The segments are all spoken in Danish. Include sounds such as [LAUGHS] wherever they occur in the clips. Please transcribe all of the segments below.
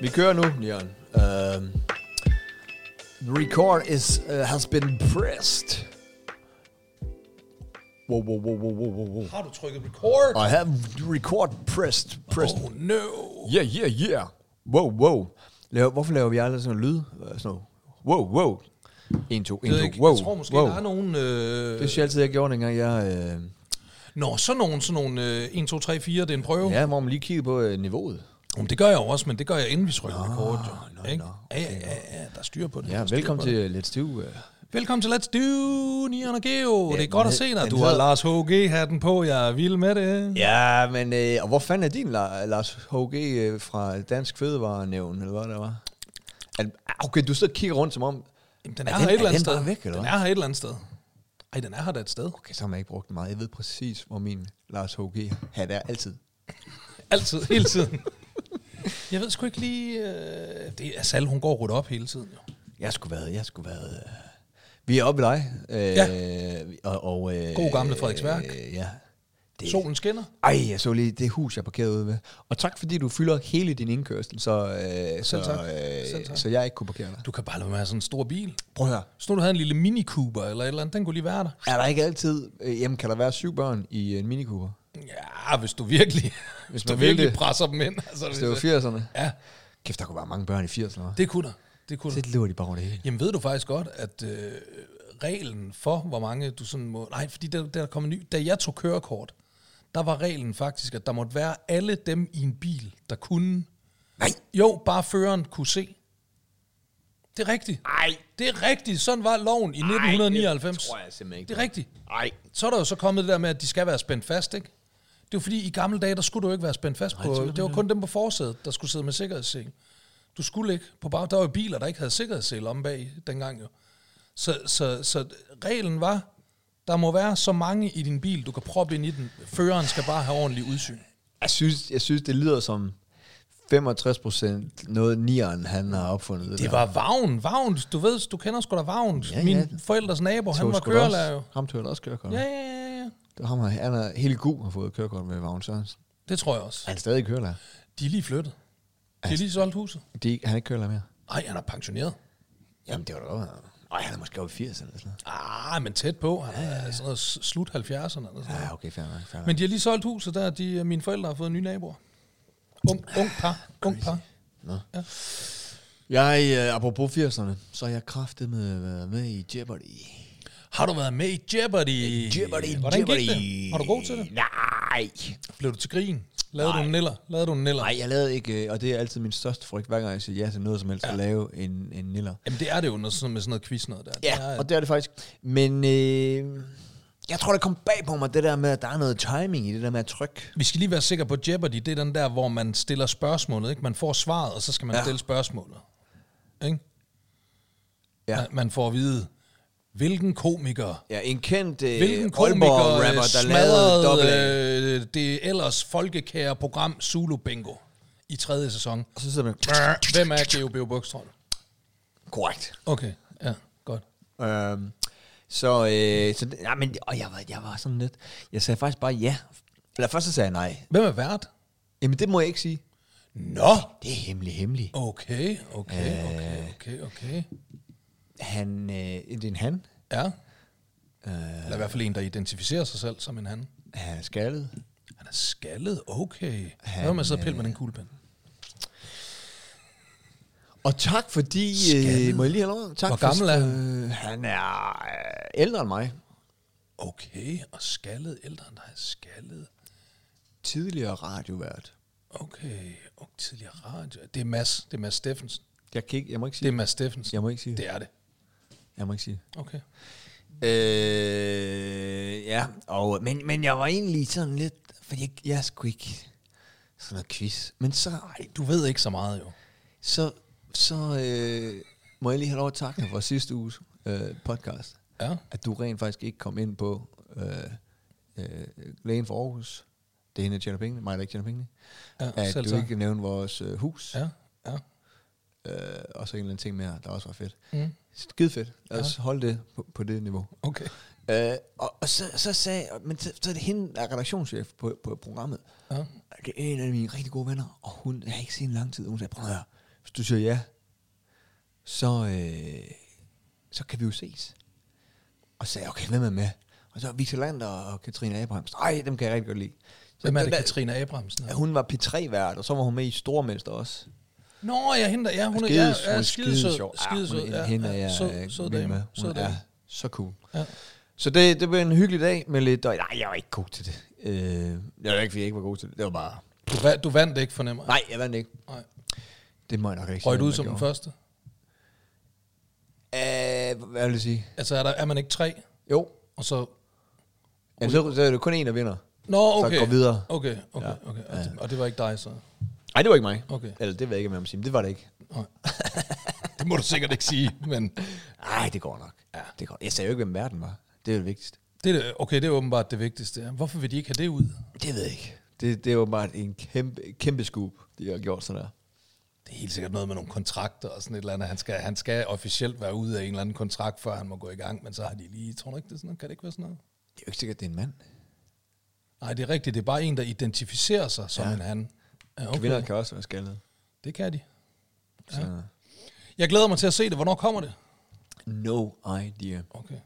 vi kører nu, Leon. Um, the record is, uh, has been pressed. Wow, wow, wow, wow, wow, wow, wow. Har du trykket record? I have record pressed, pressed. Oh no. Yeah, yeah, yeah. Wow, wow. Laver, hvorfor laver vi aldrig sådan noget lyd? Øh, Sådan noget. Wow, wow. 1, 2, 1, Jeg, ved 2, ikke, wow, jeg tror måske, wow. der er nogen... Øh... Det synes jeg altid, jeg gjorde, dengang jeg... Øh, Nå, sådan nogen, sådan nogen øh, 1, 2, 3, 4, det er en prøve. Ja. ja, hvor man lige kigger på øh, niveauet. Jamen, det gør jeg jo også, men det gør jeg inden vi trykker record. Jo, ikke? Ja, ja, ja, ja, der er styr på det. der Ja, er styr velkommen på til det. øh, Let's Do. Øh. Velkommen til Let's Do, Nian og Geo. Ja, det er den godt at hed- se dig. den Du har hedder- Lars HG-hatten på, jeg er vild med det. Ja, men øh, og hvor fanden er din La- Lars H.G. øh, fra Dansk Fødevarenævn, eller hvad der var? Er- ah, Okay, du sidder og kigger rundt som om... Jamen, den Er er, den- her et er eller andet den bare sted. væk, eller den hvad? er her et eller andet sted. Ej, den er her da et sted. Okay, så har man ikke brugt den meget. Jeg ved præcis, hvor min Lars H.G. hat er altid. Altid, hele [LAUGHS] tiden. jeg ved sgu ikke lige... Øh, det er Sal, hun går rundt op hele tiden. Jo. Jeg skulle været, jeg skulle været... Øh, vi er oppe ved dig. Øh, ja. Og, og, øh, God gamle Frederiksværk. Øh, ja. Det, Solen skinner. Ej, jeg så lige det hus, jeg parkerede ude ved. Og tak, fordi du fylder hele din indkørsel, så, øh, så, tak. Selv Øh, tak. så jeg ikke kunne parkere dig. Du kan bare lade være med at have sådan en stor bil. Prøv at høre. Så nu du havde en lille Mini Cooper eller et eller andet, den kunne lige være der. Er der ikke altid... Øh, jamen, kan der være syv børn i en minikuber? Ja, hvis du [LAUGHS] virkelig, hvis man du vil virkelig det. presser dem ind. Altså, hvis Hvis det var 80'erne. Ja, Kæft, der kunne være mange børn i 80'erne. hva'? det kunne der. Det kunne der. Det løber de bare over det hele. Jamen ved du faktisk godt, at øh, reglen for, hvor mange du sådan må... Nej, fordi der, der kom en ny... Da jeg tog kørekort, der var reglen faktisk, at der måtte være alle dem i en bil, der kunne... Nej. Jo, bare føreren kunne se. Det er rigtigt. Nej. Det er rigtigt. Sådan var loven i 1999. tror jeg simpelthen ikke, Det det er er. rigtigt. Nej. Så er der jo så kommet det der med, at de skal være spændt fast, ikke? Det er jo fordi, i gamle dage, der skulle du jo ikke være spændt fast på... Det var kun dem på forsædet, der skulle sidde med sikkerhedssele. Du skulle ikke på bag... Der var jo biler, der ikke havde sikkerhedssele om bag dengang jo. Så, så, så reglen var, der må være så mange i din bil, du kan proppe ind i den. Føreren skal bare have ordentlig udsyn. Jeg synes, jeg synes, det lyder som 65 procent noget nieren, han har opfundet. Det var Vagn, Vagn, du ved, du kender sgu da Vagn. Ja, ja. Min forældres nabo, han var kørelærer jo. Ham tog også kørekort. Ja, Ja. ja, ja, ja. Det var ham, han- han er hele god har fået kørekort med Vagn Sørensen. Det tror jeg også. Er han stadig kørelærer? De er lige flyttet. De er lige solgt huset. De, er ikke- han er ikke kørelærer mere. Ej, han er pensioneret. Jamen, det var da godt. Ej, han er måske oppe i 80 eller sådan noget. Ah, men tæt på. Han er sådan noget s- slut 70'erne. Eller sådan noget. Ja, okay, fair nok, fair nok. Men de har lige solgt huset der. De, øh, mine forældre har fået nye naboer. Ung, ung par. Ung par. Jeg, øh, apropos 80'erne, så er jeg kraftet med været med i øh, Jeopardy. Har du været med i Jeopardy? Jeopardy, Hvordan Jeopardy. Gik det? Var du god til det? Nej. Blev du til grin? Lavede du en niller? Lavede du en niller? Nej, jeg lavede ikke, øh, og det er altid min største frygt, hver gang jeg siger ja til noget som helst, ja. at lave en, en niller. Jamen, det er det jo når sådan, med sådan noget quiz noget der. Det er, øh, Ja, og det er det faktisk. Men øh, jeg tror, det kom bag på mig, det der med, at der er noget timing i det der med at trykke. Vi skal lige være sikre på Jeopardy. Det er den der, hvor man stiller spørgsmålet. Ikke? Man får svaret, og så skal man ja. Ja. stille spørgsmålet. Ikke? Ja. Man- Man får at vide, hvilken komiker, Ja, en kendt øh, hvilken Aalborg komiker rapper, rapper, der lavede dobbelt A. smadrede øh, det ellers folkekære program Zulu Bingo i tredje sæson. Og så sidder man, Hvem er Geo Beo Bukstrøm? korrekt. Okay, ja, godt. Øhm, så, øh, så det- nej, men, og jeg, var, jeg var sådan lidt, jeg sagde faktisk bare ja. Eller først så sagde jeg nej. Hvem er vært? Jamen, det må jeg ikke sige. Nå! Det er hemmelig, hemmelig. Okay, okay, okay, okay, okay. Han, øh, det er en han. Ja. Eller i hvert fald en, der identificerer sig selv som en han. Han er skaldet. Han er skaldet, okay. Han, øh, Hvad med at sidde og pille med den kuglepen? Og tak fordi, øh, må jeg lige have lov? Tak Hvor for- gammel er øh, han? er øh, ældre end mig. Okay, og skaldet, ældre end dig, skaldet. Tidligere radiovært. Okay, og tidligere radio. Det er Mads, det er Mads Steffensen. Jeg, kan ikke, jeg må ikke Det sige er Mads Steffensen. Jeg må ikke sige det. Det er det. Jeg må ikke sige Okay. Øh, ja, og, men, men jeg var egentlig sådan lidt, fordi jeg, jeg skulle ikke sådan noget quiz. Men så, ej, Du ved ikke så meget jo. så, så øh, må jeg lige have lov at takke dig for sidste uges øh, podcast. Ja. At du rent faktisk ikke kom ind på øh, øh, lægen for Aarhus. Det er hende, der tjener penge. Mig, der ikke tjener penge. Ja, at selv du tak. ikke nævnte vores øh, hus. Ja, ja. Øh, og så en eller anden ting mere, der også var fedt. Mm. Skide fedt. Lad os holde det på, på det niveau. Okay. Øh, og, og så, så sagde, og- men så, så er det hende, der er redaktionschef på, på programmet. Ja. Det er en af mine rigtig gode venner, og hun jeg har ikke set hende i lang tid. Hun sagde, prøv at høre, Hvis du siger ja, så, øh, så kan vi jo ses. Og så sagde jeg, okay, hvem er med? Og så Victor Lander og Katrine Abrams. Ej, dem kan jeg rigtig godt lide. Så Hvem er det, den der- Katrine Abrahamsen? er? Ja, hun var P3-vært, og så var hun med i Stormester også. Nå, jeg henter, ja, hun er, Skide- ja, hun ja, er skidesød, sjov. Ah, skidesød, hun er- ja, Hende er ja, jeg sød, øh, sød vild dame, med. sød Hun er dame. så cool. Ja. Så det, det blev en hyggelig dag med lidt... Og, nej, jeg var ikke god til det. Øh, det var ikke, fordi jeg ikke var god til det. Det var bare... Du, va- du vandt ikke, fornemmer jeg. Nej, jeg vandt ikke. Nej. Det må jeg nok ikke Røg sige, du ud man som den gjorde. første? Æh, Øh, hvad vil jeg sige? Altså, er, der, er man ikke tre, Jo. og så... Jamen, så, så er det kun en, der vinder. Nå, okay. Så går videre. Okay, okay, okay. Og, det, og det var ikke dig, så? Nej, det var ikke mig. Okay. [LAUGHS] Eller det ved jeg ikke, om jeg må sige. men Det var det ikke. Nej. det må du sikkert ikke sige, men... Nej, det går nok. Ja. Det går. Jeg sagde jo ikke, hvem verden var. Det er jo det vigtigste. Det, er det- okay, det er åbenbart det vigtigste. ja. Hvorfor vil de ikke have det ud? Det ved jeg ikke. Det, det er jo bare en kæmpe, kæmpe scoop, de har gjort sådan der. Det er helt sikkert noget med nogle kontrakter og sådan et eller andet. Han skal, han skal officielt være ude af en eller anden kontrakt, før han må gå i gang, men så har de lige... Tror du ikke, det er sådan noget? Kan det ikke være sådan noget? Det er jo ikke sikkert, det er en mand. Nej, det er rigtigt. Det er bare en, der identificerer sig som ja. en han. Ja, Okay. Kvinder kan også være skaldet. Det kan de. Så. Ja. Jeg glæder mig til at se det. Hvornår kommer det? No idea Okay.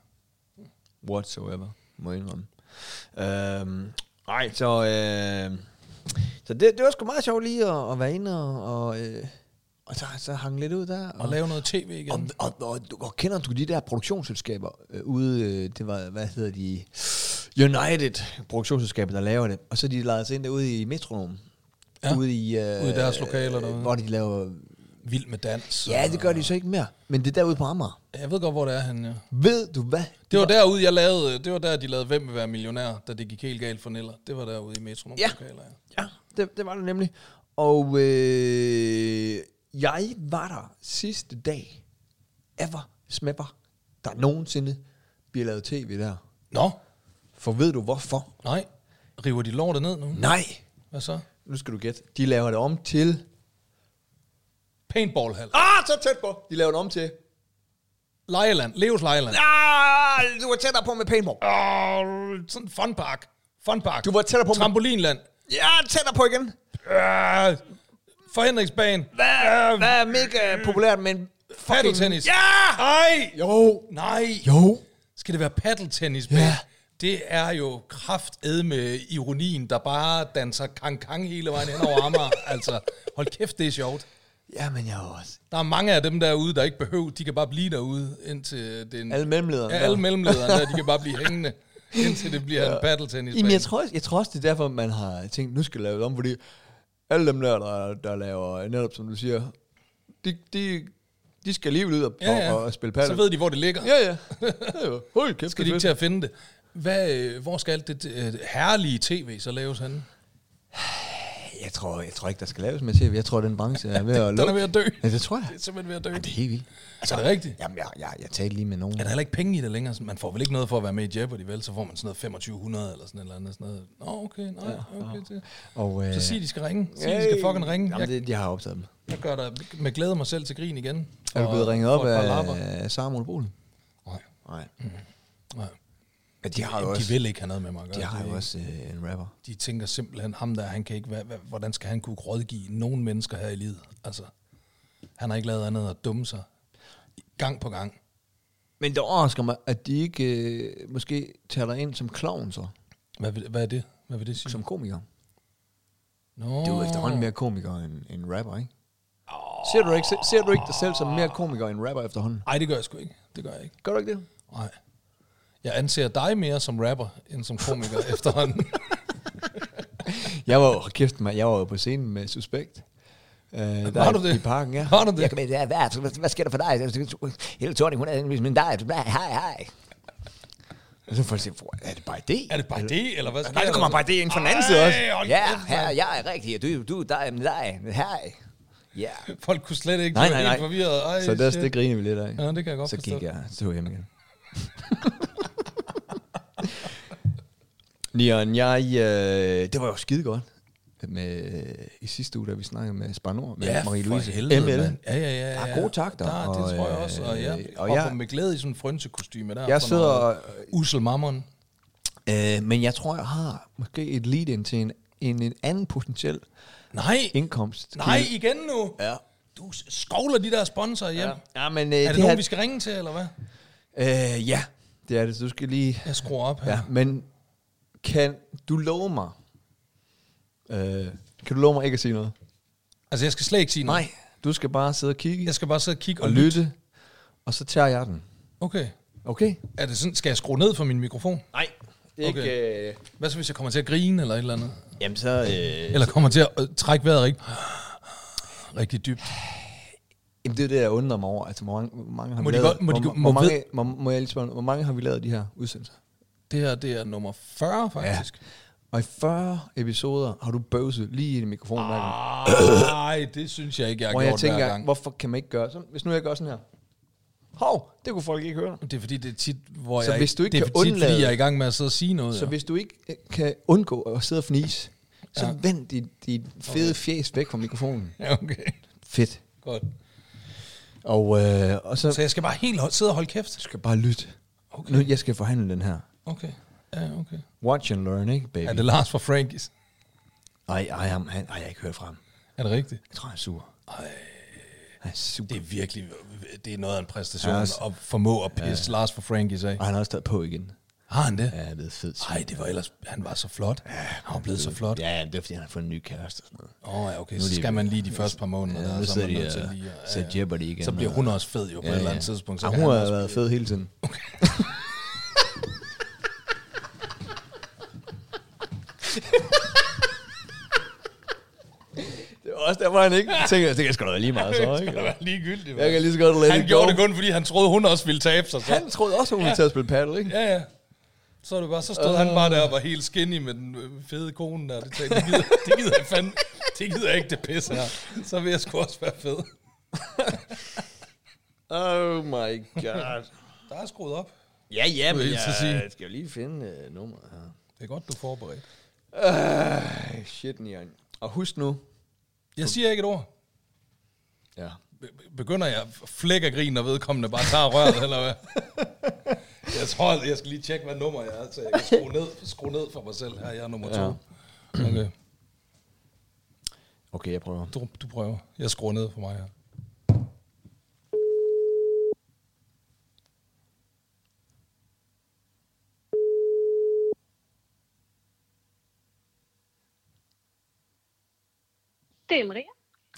whatsoever, må jeg indrømme. Øhm, ej, så, øh, så det, det var sgu meget sjovt lige at, at være inde og, og, øh, og så, så hang lidt ud der. Og lave noget tv igen. og, og, og, du- og kender du de der produktionsselskaber øh, ude, øh, det var, hvad hedder de, United produktionsselskabet, der laver det, og så de lader sig ind derude i metronom, Ja. ja. ude i øh, Ude i deres lokaler derude. hvor de laver, Vild med dans. ja det gør de så ikke mere, men det er derude på Amager. Jeg ved godt, hvor det er han, ja. Ved du hvad? Det var derude, jeg lavede, det var der, de lavede Hvem vil være millionær, da det gik helt galt for Niller. Det var derude i metronom. Ja. Lokaler, ja. Ja, det, det var det nemlig. Og øh, jeg var der sidste dag ever smapper, der nogensinde bliver lavet tv der. Nå, For ved du hvorfor? nej. River de lortet ned nu? Nej, Hvad så? nu skal du gætte. De laver det om til... Paintballhal. Ah, så tæt på! De laver det om til... Lejeland. Leos Lejeland. Ah, du var tættere på med paintball. Åh, sådan en funpark. Funpark. Du var tættere på med- Trampolinland. Ja, tættere på igen. Øh, forhindringsbane. Hvad, hvad er mega populært med en Paddeltennis. Ja! Ej! Jo. Nej. Jo. Skal det være paddeltennis? Ja. Ja. Det er jo krafted med ironien, der bare danser kang-kang hele vejen hen over [LAUGHS] Amager. altså, hold kæft, det er sjovt. Jamen, jeg var også... Der er mange af dem derude, der ikke behøver. De kan bare blive derude, indtil den... Alle mellemlederne Ja, der. alle mellemlederne der, de kan bare blive hængende, indtil det bliver ja. en paddeltennis. Jamen, jeg tror, også, jeg tror også, det er derfor, man har tænkt, nu skal jeg lave det om, fordi alle dem der, der, der laver, netop som du siger, de, de, de skal lige ud og, ja, ja. og, og spille paddel. Så ved de, hvor det ligger. Ja, ja. ja jo. Hold kæft, Skal de det er ikke fedt. til at finde det? Hvad, øh, hvor skal alt det øh, herlige tv så laves henne? Jeg tror, jeg tror ikke, der skal laves med tv. Jeg tror, den branche er ved at [LAUGHS] Den er lukke. ved at dø. Ja, det tror jeg. Det er simpelthen ved at dø. Ja, det er helt vildt. Altså, er det rigtigt? Jamen, jeg, jeg, jeg talte lige med nogen. Er der heller ikke penge i det længere? Sådan, Man får vel ikke noget for at være med i Jeopardy, vel? Så får man sådan noget 2500 eller sådan et eller andet. Sådan noget. Nå, okay, nej, okay. Det. Og, øh, Så sig, de skal ringe. Sig, de skal fucking ringe. Jamen, Jeg, det, de har optaget dem. jeg gør dig med glæde mig selv til grin igen. Er du Og- blevet ringet og op et par lapper. af Samuel Bolen? Nej, Nej. nej. Ja, de har jo De også, vil ikke have noget med mig at gøre. de har Det jo er også øh, en rapper. ikke- De tænker simpelthen, ham der, han kan ikke, hvad, hvad, hvordan skal han kunne rådgive nogen mennesker her i livet? Altså, han har ikke lavet andet end at dumme sig. Gang på gang. Men det overrasker mig, at de ikke øh, måske tager dig ind som clown så, Hvad, vil- hvad er det? Hvad vil det sige? som komiker. Nå. Du er jo efterhånden mere komiker end, end rapper, ikke? Ser du ikke, ser du ikke dig selv som mere komiker end rapper efterhånden? Ej, det gør jeg sgu ikke. Det gør jeg ikke. Gør du ikke det? Nej. Jeg anser dig mere som rapper, end som [LAUGHS] komiker efterhånden. Jeg var jo, kæft mig, jeg var jo på scenen med Suspekt. Øh, der du i- det? I parken, ja. Har du det? Jeg kan, hvad, hvad, hvad sker der for dig? Hele Tony, hun er min dig. Hej, hej. Og så får jeg se, hvor- er det bare det? er det bare det, eller hvad sker Nej, der kommer bare det ind fra den anden Ej, side også. hold Ja, kæft, her, mand. jeg er rigtig. Du, du, dig, men dig. Hej. [LAUGHS] Ja. Folk kunne slet ikke Nej, blive nej, helt nej. forvirret. Ej, Så der, shit. det griner vi lidt af. Ja, det kan jeg godt Så forstå. gik jeg, så tog jeg hjem igen. [LAUGHS] Leon, jeg, øh, det var jo skide godt med, i sidste uge, da vi snakkede med Spanor, med Ja, Marie-Louise. for helvede, ML. mand. Ja, ja, ja. ja. Der er gode takter, Der, det og, tror jeg også, og jeg øh, og og jeg- jeg, med glæde i sådan en frønsekostyme der. Jeg for sidder noget og- Usel mammon. Øh, men jeg tror, jeg har måske et lead ind til en, en, en anden potentiel Nej, indkomst. nej, igen nu. Ja. Du s- skovler de der sponsorer hjem. Ja. Ja, men øh, det, Er det, det her, nogen, vi skal ringe til, eller hvad? øh, ja, det er det. Så du skal lige... Jeg skruer op her. Ja, Ja. men kan du love mig... Øh, kan du love mig ikke at sige noget? Altså, jeg skal slet ikke sige noget. Nej. Du skal bare sidde og kigge Jeg skal bare sidde og kigge og, og lytte. lytte, og så tager jeg den. Okay. Okay? Er det sådan, skal jeg skrue ned for min mikrofon? Nej. Ikke... Øh, Hvad så, hvis jeg kommer til at grine eller et eller andet? jamen så... Øh, Eller kommer til at øh, trække vejret rigtig, rigtig dybt? jamen det er det, jeg undrer mig over. Altså, hvor mange, hvor mange har Må vi de lavet... godt- må de hvor, godt- hvor, må mange, må, må jeg lige spørge, hvor mange har vi lavet de her udsendelser? Det her, det er nummer 40, faktisk. Og i 40 episoder har du bøvset lige ind i mikrofonen hver gang. Nej, det synes jeg ikke, jeg har Hvor gjort jeg hver tænker, gang. hvorfor kan man ikke gøre sådan? Hvis nu jeg gør sådan her. Hov, det kunne folk ikke høre. Det er fordi, det er tit, hvor Så jeg hvis du ikke det er kan tit, undlade- fordi jeg er i gang med at sidde og sige noget. Så Så vi... hvis du ikke øh, kan undgå at sidde og fnise, så Ja. ja. vend dit, dit fede fjes væk fra mikrofonen. [LAUGHS] ja, okay. Fedt. Godt. Og, øh, og så, Så så jeg skal bare helt hold, sidde og holde kæft? du skal bare lytte. Okay. Nu, jeg skal forhandle den her. Okay. Ja, okay. Watch and learn, ikke, baby? Er det Lars fra Frankies? Ej, ej, ham, han, ej, jeg har ikke hørt fra ham. Er det rigtigt? Jeg tror, han er sur. Ej. Han er super. Det er virkelig, det er noget af en præstation Ja, ja, s- at formå at pisse ja. Lars fra Frankies af. Og han har også taget på igen. Har han det? Ja, det er fedt. Nej, det var ellers, han var så flot. Han var blevet så flot. Ja, ja, det er fordi, han har fået en ny kæreste og sådan noget. Åh, oh, ja, okay, er så de- skal man lige de første par måneder, Ja, der, nu og så er man sidder de nødt til og lige at- ser Jeopardy igen, Så bliver og- hun også fed jo på et eller andet tidspunkt. Så ja, kan hun han har også været fed hele tiden. [LAUGHS] det var også der, hvor han ikke tænkte, det kan sgu da være lige [LAUGHS] meget så, Det ikke? var da ligegyldigt. Jeg hva'? kan lige så godt lade Han gjorde det kun, fordi han troede, hun også ville tabe sig. Så. Han troede også, hun ville tage at spille paddle, ikke? Ja, ja. Så, er det bare, så stod han bare der og var helt skinny med den øh, fede kone der. Det, tænkte, jeg, det, gider, det gider jeg fandme. Det gider jeg ikke, det pisse her. Så vil jeg sgu også være fed. Oh my god. Der er skruet op. Ja, ja, Skulle men jeg hilse at sige. jeg skal jo lige finde uh, nummeret her. Det er godt, du er forberedt. Øh, shit, Nian. Og husk nu. Jeg siger ikke et ord. Ja. Be- Begynder jeg at flække og grine, og vedkommende bare tager røret, eller [LAUGHS] hvad? Jeg tror, jeg skal lige tjekke, hvad nummer jeg er, så jeg kan skrue ned, skrue ned for mig selv. Her jeg er nummer to. Ja. Okay, Okay, jeg prøver. du, du prøver. Jeg skruer ned for mig her. Det er Maria.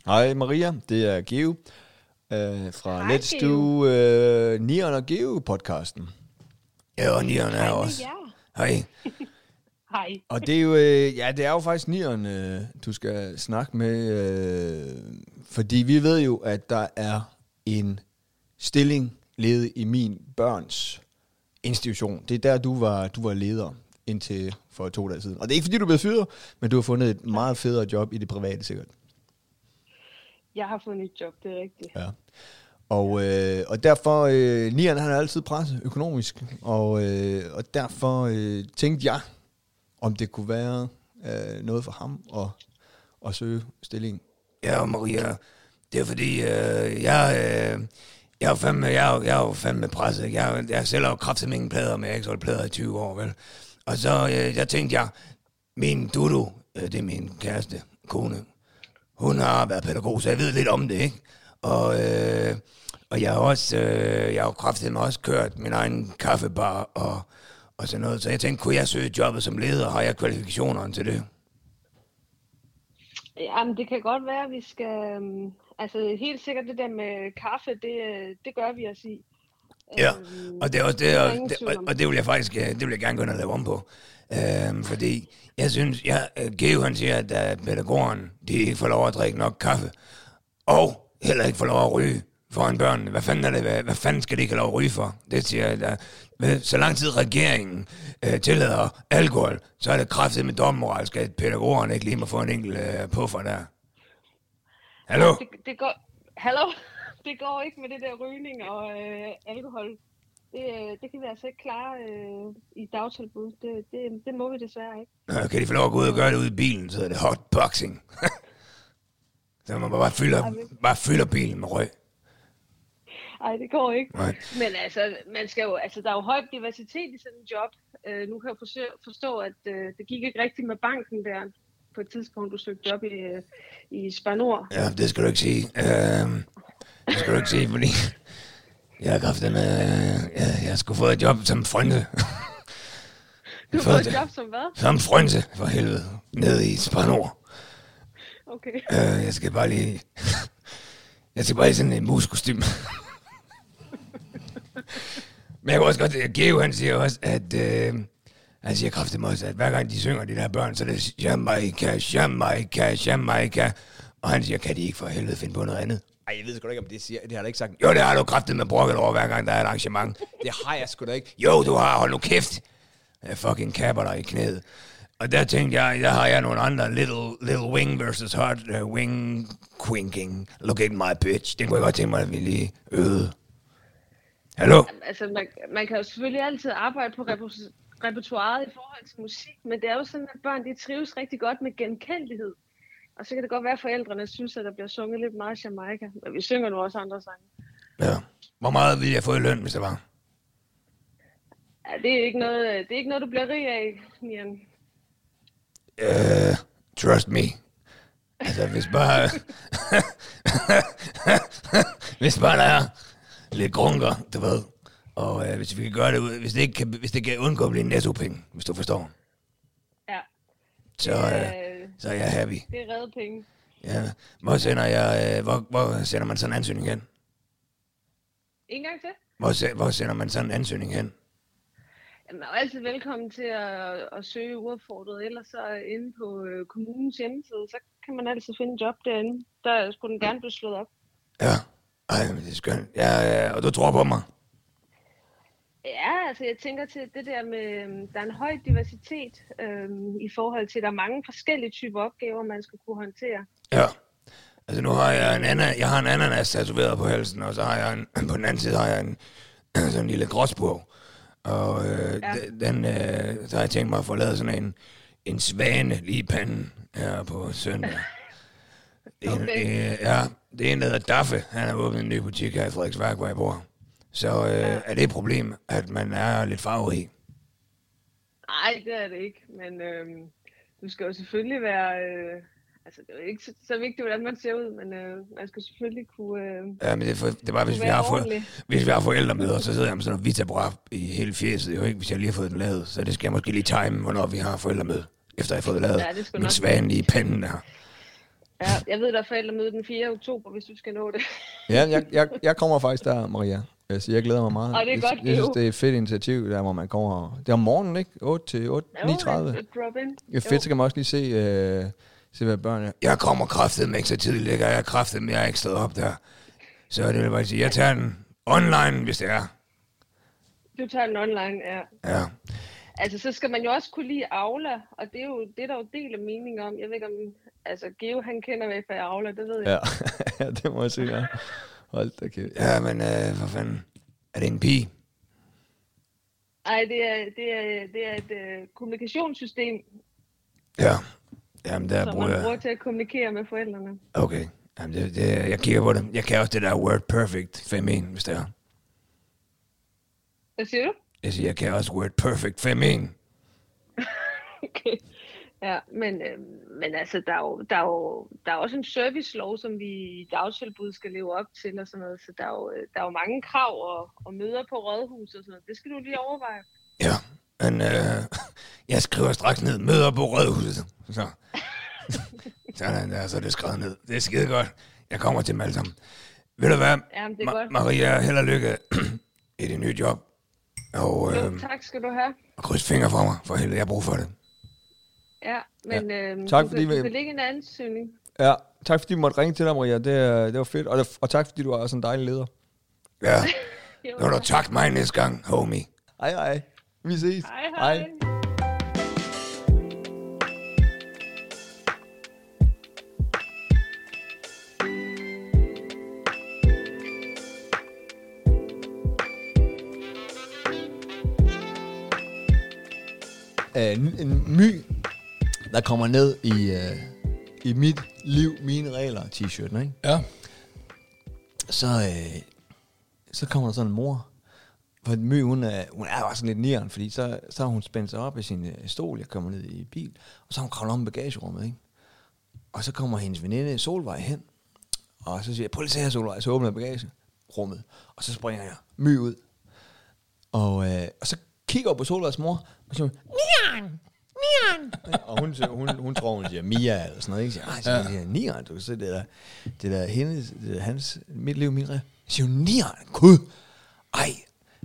Hej Maria, det er Geo øh, fra Hej, Let's Do øh, Neon og Geo podcasten. Ja, og Neon er Det er jer. Hej. Hej. Og det er jo, øh, ja, det er jo faktisk Nion, øh, du skal snakke med, øh, fordi vi ved jo, at der er en stilling ledig i min børns institution. Det er der, du var, du var leder indtil for to dage siden. Og det er ikke fordi, du er blevet fyret, men du har fundet et meget federe job i det private sikkert. Jeg har fundet et job, det er rigtigt. Ja. Og, øh, og derfor, øh, Nian han er altid presset økonomisk, og, øh, og derfor øh, tænkte jeg, om det kunne være øh, noget for ham at, at søge stillingen. Ja, Maria, det er fordi, øh, jeg, øh, jeg, er fandme, jeg, er- jeg er jo fandme presset. ikke? Jeg, jeg sælger jo kraftigt mængden plader, men jeg har ikke solgt plader i 20 år, vel? Og så, øh, jeg tænkte jeg, min Dudu, øh, det er min kæreste, kone, hun har været pædagog, så jeg ved lidt om det, ikke? Og, øh, og jeg har også, øh, jeg har jo kraftigt også kørt min egen kaffebar og, og sådan noget. Så jeg tænkte, kunne jeg søge jobbet som leder? Har jeg kvalifikationerne til det? Jamen, det kan godt være, at vi skal... øhm, Altså, helt sikkert det der med kaffe, det, øh, det gør vi os i. Ja, Øhm, og det er også det, der er og, ingen det, tvivl og, om og det vil jeg faktisk, øh, det vil jeg gerne gå ind og lave om på. Øhm, fordi jeg synes, jeg, øh, Geo han siger, at øh, pædagogerne, de ikke får lov at drikke nok kaffe, og heller ikke får lov at ryge foran børnene. Hvad fanden er det? Hvad, hvad fanden skal de ikke have lov at ryge for? Det siger jeg, der. Men Så lang tid regeringen øh, tillader alkohol, så er det kraftigt med dommeralsk, at pædagogerne ikke lige må få en enkelt øh, puffer der. Hallo? Det, det går... Hallo? [LAUGHS] Det går ikke med det der rygning og øh, alkohol. Det, øh, det kan vi altså ikke klare øh, i dagtilbud. Det, det, det må vi desværre ikke. Nå, kan de få lov at gå ud og gøre det ude i bilen, så er det hotboxing. [LAUGHS] så man bare fylder, bare fylder bilen med røg. Nej, det går ikke. Nej. Men altså, man skal jo, altså, der er jo høj diversitet i sådan en job. Øh, nu kan jeg forstå, forstå at øh, det gik ikke rigtigt med banken der. på et tidspunkt, du søgte job i, øh, i Spanor. Ja, det skal du ikke sige. Øh, det skal du ikke sige, fordi jeg har haft med, øh, jeg, jeg skulle få et job som frønse. Du har Fået fået det. et job som hvad? [LAUGHS] som frønse, for helvede. Nede i Spanor. Okay. Øh, jeg skal bare lige... [LAUGHS] jeg skal bare i sådan en muskostym. Men jeg kan også godt... Geo, han siger også, at... Øh, han siger kraftigt også, at hver gang de synger, de der børn, så er det Jamaica, Jamaica, Jamaica. Og han siger, kan de ikke for helvede finde på noget andet? Ej, jeg ved sgu da ikke, om det siger. Det har jeg da ikke sagt. Jo, det har du kraftet med brokket over, hver gang der er et arrangement. Det har jeg sgu da ikke. Jo, du har, hold nu kæft. Jeg fucking kapper dig i knæet. Og der tænkte jeg, der har jeg nogle andre. Little, little wing versus hard uh, wing quinking. Look at my bitch. Det kunne jeg godt tænke mig, at vi lige øvede. Hallo? Altså, man, man kan jo selvfølgelig altid arbejde på repos- repertoireet i forhold til musik, men det er jo sådan, at børn de trives rigtig godt med genkendelighed. Og så kan det godt være, at forældrene synes, at der bliver sunget lidt meget Jamaica, men vi synger nu også andre sange. Ja. Hvor meget ville jeg få i løn, hvis det var? Ja, det, er ikke noget, det er ikke noget, du bliver rig af, Nian. Uh, trust me. Altså, hvis bare... [LAUGHS] hvis bare der er lidt grunker, du ved. Og øh, hvis vi kan gøre det ud, hvis det, ikke kan, hvis det kan undgå at blive en nettopenge, hvis du forstår. Ja, Så, øh, så er jeg happy. det er redde penge. Ja. Hvor, sender jeg, øh, hvor, hvor sender man sådan en ansøgning hen? En gang til. Hvor, se, hvor sender man sådan en ansøgning hen? Jamen, man er jo altid velkommen til at, at søge uopfordret, ellers så inde på øh, kommunens hjemmeside, så kan man altid finde en job derinde. Der skulle den gerne blive slået op. Ja. Ej, men det er skønt. Ja, ja, og du tror på mig. Ja, altså jeg tænker til det der med, øhm, der er en høj diversitet øhm, i forhold til, at der er mange forskellige typer opgaver, man skal kunne håndtere. Ja. Altså nu har jeg en ananas, jeg har en ananas tatoveret på halsen, og så har jeg en, [CLEARS THROAT] på den anden side har jeg en sådan en lille gråsbog. Og øh, Ja. ja. den, øh, så har jeg tænkt mig at få lavet sådan en, en svane lige i panden her på [LAUGHS] søndag. En, Okay. øh, ja, det er en, der hedder Daffe. Han har åbnet en ny butik her i Frederiksværk, hvor jeg bor. Så øh, ja. er det et problem, at man er lidt farverig. Nej, det er det ikke, men øhm, du skal jo selvfølgelig være, øh, altså det er jo ikke så, så vigtigt, hvordan man ser ud, men øh, man skal selvfølgelig kunne, øh, Ja, men det er, for, det er bare, hvis Du vi, er har for, ordentlig. hvis vi har forældremøder, så sidder jeg med sådan noget vitabra i hele fjeset, jo ikke, hvis jeg lige har fået den lavet. Så det skal jeg måske lige time, hvornår vi har forældremøde, efter jeg har fået lavet Ja, det skal min nok. svan lige i panden der. ja, jeg ved, der er forældremøde den 4. oktober, hvis du skal nå det. [LAUGHS] Ja, jeg, jeg, jeg kommer faktisk der, Maria. Jeg siger, jeg glæder mig meget. Ej, det er jeg, godt, jeg synes, Geo. det er et fedt initiativ, der hvor man kommer. og- Det er om morgenen, ikke? 8 til 8, 39. Jo, drop in. Det er fedt, så kan man også lige se, øh, se hvad børn er. Jeg kommer kraftet med ikke så tidligt, ikke? og jeg er kraftet med, jeg er ikke stået op der. Så det vil bare sige, jeg tager den online, hvis det er. Du tager den online, ja. Ja. Altså, så skal man jo også kunne lide Aula, og det er jo det, er der jo del af mening om. Jeg ved ikke om, altså, Geo, han kender i hvert fald Aula, det ved jeg. Ja, [LAUGHS] ja det må jeg sige. Ja. Hold da kæft. ja, men øh, for fanden, er det en pige? Ej, det er, det er, det er et øh, kommunikationssystem, Ja. Jamen, der som bruger man jeg. bruger til at kommunikere med forældrene. Okay. Jamen, det, det, jeg kigger på det. Jeg kan også det der word perfect fæmen, hvis det er. Hvad siger du? Jeg siger, jeg kan også word perfect femin. Okay. Ja, men, øh, men altså, der er, jo, der, er jo, der er også en servicelov, som vi i dagtilbud skal leve op til og sådan noget, så der er jo, øh, der er jo mange krav og, og møder på rådhus og sådan noget. Det skal du lige overveje. Ja, men øh, [LAUGHS] jeg skriver straks ned, møder på Rødhuset. Så. [LAUGHS] Sådan der, så er det skrevet ned. Det er skide godt. Jeg kommer til dem alle sammen. Ved du hvad, Ja, men det er Ma- godt. Maria, held og lykke [CLEARS THROAT] i det nye job. Og Jo, Øhm. øh, tak skal du have. kryds fingre for mig, for helvede, jeg har brug for det. Ja, men ja. Øhm, Tak, du, fordi kan, du vi- kan lægge en ansøgning. Ja, tak fordi du måtte ringe til dig, Maria. Det, er- det var fedt. Og, det, og tak fordi du er sådan en dejlig leder. Ja, Jo, når du tak mig næste gang, homie. Hej, hej. Vi ses. Hej, hej. hej. øh, en, en my, der kommer ned i, øh, i mit liv, mine regler t-shirten, ikke? Ja. Så, øh, så kommer der sådan en mor, for My, hun er, hun er bare sådan lidt øh, nieren, fordi så, så har hun spændt sig op i sin øh, stol, jeg kommer ned i bil, og så har hun kravlet om i bagagerummet, ikke? Og så kommer hendes veninde Solvej hen, og så siger jeg, prøv lige at se her Solvej, så åbner jeg bagagerummet. Og så springer jeg my ud. Og, øh, og så kigger jeg op på Solvejs mor, og så siger hun, Nian! Nian! og hun, siger- hun, hun tror, hun siger Mia eller sådan noget. Ikke? Så jeg siger, "Ej," så siger, ja. Nian, du kan se det der, det der hendes, det der hans, mit liv, min re. Så siger hun, Nian, gud! Ej,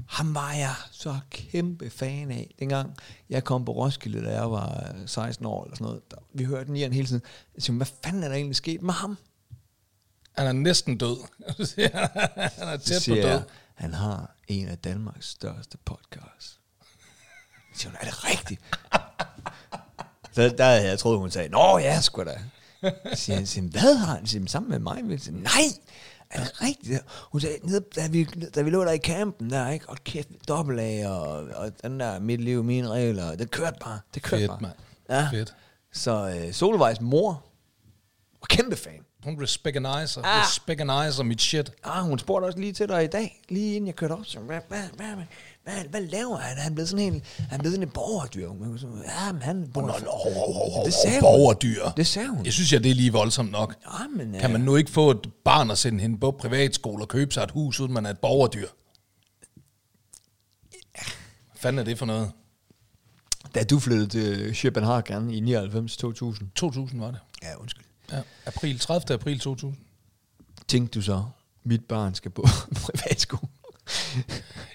ham var jeg så kæmpe fan af, dengang jeg kom på Roskilde, da jeg var 16 år eller sådan noget. Der, vi hørte Nian hele tiden. Jeg siger, hvad fanden er der egentlig sket med ham? Han er næsten død. [LAUGHS] han er Så tæt på siger død. jeg, han har en af Danmarks største podcasts. Så siger hun, er det rigtigt? [LAUGHS] Så der havde jeg troet, hun sagde, nå ja, sgu da. Så siger han, siger, hvad har han? Så Siger, han, sammen med mig? Jeg siger, nej, er det rigtigt? Hun sagde, nede, da, vi, da vi lå der i campen der, ikke? Og kæft, dobbelt af, og, og den der, mit liv, mine regler, det kørte bare. Det kørte Fedt, bare. mand. Ja. Fedt. Så øh, Solvejs mor, og kæmpe fan. Hun respectionizer. Ah. Respectionizer mit shit. Ah, hun spurgte også lige til dig i dag, lige inden jeg kørte op. Så, hvad, hvad, hvad, hvad, hvad, hvad laver han? Han er blevet sådan en, han er blevet sådan en borgerdyr. Hun var sådan, Ja, men han... Nå, det sagde hun. Borgerdyr. Det sagde hun. Jeg synes, jeg det er lige voldsomt nok. Ja, men, Kan man nu ikke få et barn og sende hende på privatskole og købe sig et hus, uden man er et borgerdyr? Hvad fanden er det for noget? Da du flyttede til Copenhagen i 99-2000. 2000 var det. Ja, undskyld. Ja. April, 30. april 2000. Tænkte du så, mit barn skal på [LAUGHS] privatskole?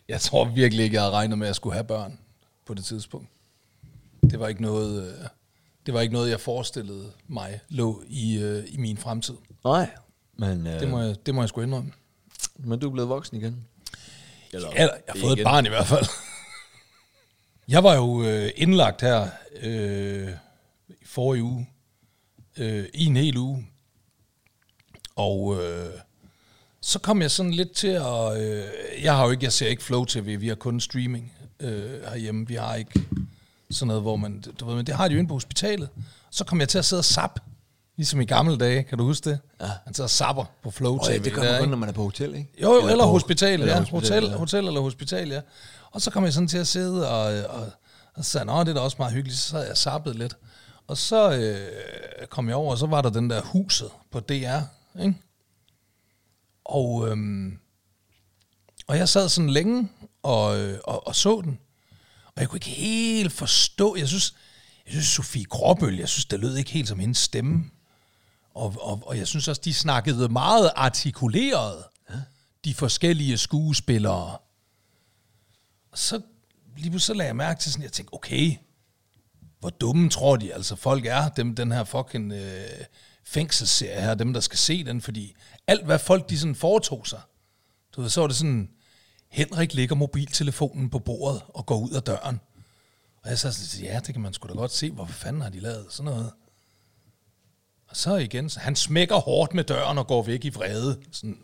Jeg tror virkelig ikke, jeg havde regnet med, at jeg skulle have børn på det tidspunkt. Det var ikke noget, øh, det var ikke noget jeg forestillede mig lå i, øh, i min fremtid. Nej, men, øh, Det må jeg, det må jeg sgu indrømme. men du er blevet voksen igen. Eller, ja, jeg har fået et barn i hvert fald. Jeg var jo øh, indlagt her øh, i forrige uge, øh, i en hel uge. Og øh, så kom jeg sådan lidt til at... Øh, jeg har jo ikke, jeg ser ikke Flow TV, vi har kun streaming øh, herhjemme. Vi har ikke sådan noget, hvor man... Du ved, men det har de jo inde på hospitalet. Så kom jeg til at sidde og sap, ligesom i gamle dage, kan du huske det? Ja. Han sidder og sapper på Flow TV. Og, det gør der, man kun, ikke? når man er på hotel, ikke? Jo, jo eller, eller på- hospital, eller ja. hospital, hotel, ja. hotel eller hospital, ja. Og så kom jeg sådan til at sidde og, og, og sagde, nå, det er da også meget hyggeligt. Så sad jeg sappet lidt. Og så øh, kom jeg over, og så var der den der huset på DR, ikke? Og, øhm, og jeg sad sådan længe og, øh, og, og så den. Og jeg kunne ikke helt forstå, jeg synes, jeg synes Sofie Gråbøl, jeg synes, det lød ikke helt som hendes stemme. Og, og, og jeg synes også, de snakkede meget artikuleret, ja. de forskellige skuespillere. Og så, lige pludselig så lagde jeg mærke til sådan, jeg tænkte, okay, hvor dumme tror de altså folk er, dem, den her fucking øh, fængselsserie her, dem der skal se den, fordi alt hvad folk de sådan foretog sig, du ved, så var det sådan, Henrik lægger mobiltelefonen på bordet og går ud af døren. Og jeg sad sådan, ja, det kan man sgu da godt se, hvorfor fanden har de lavet sådan noget? Og så igen, så han smækker hårdt med døren og går væk i vrede. Sådan,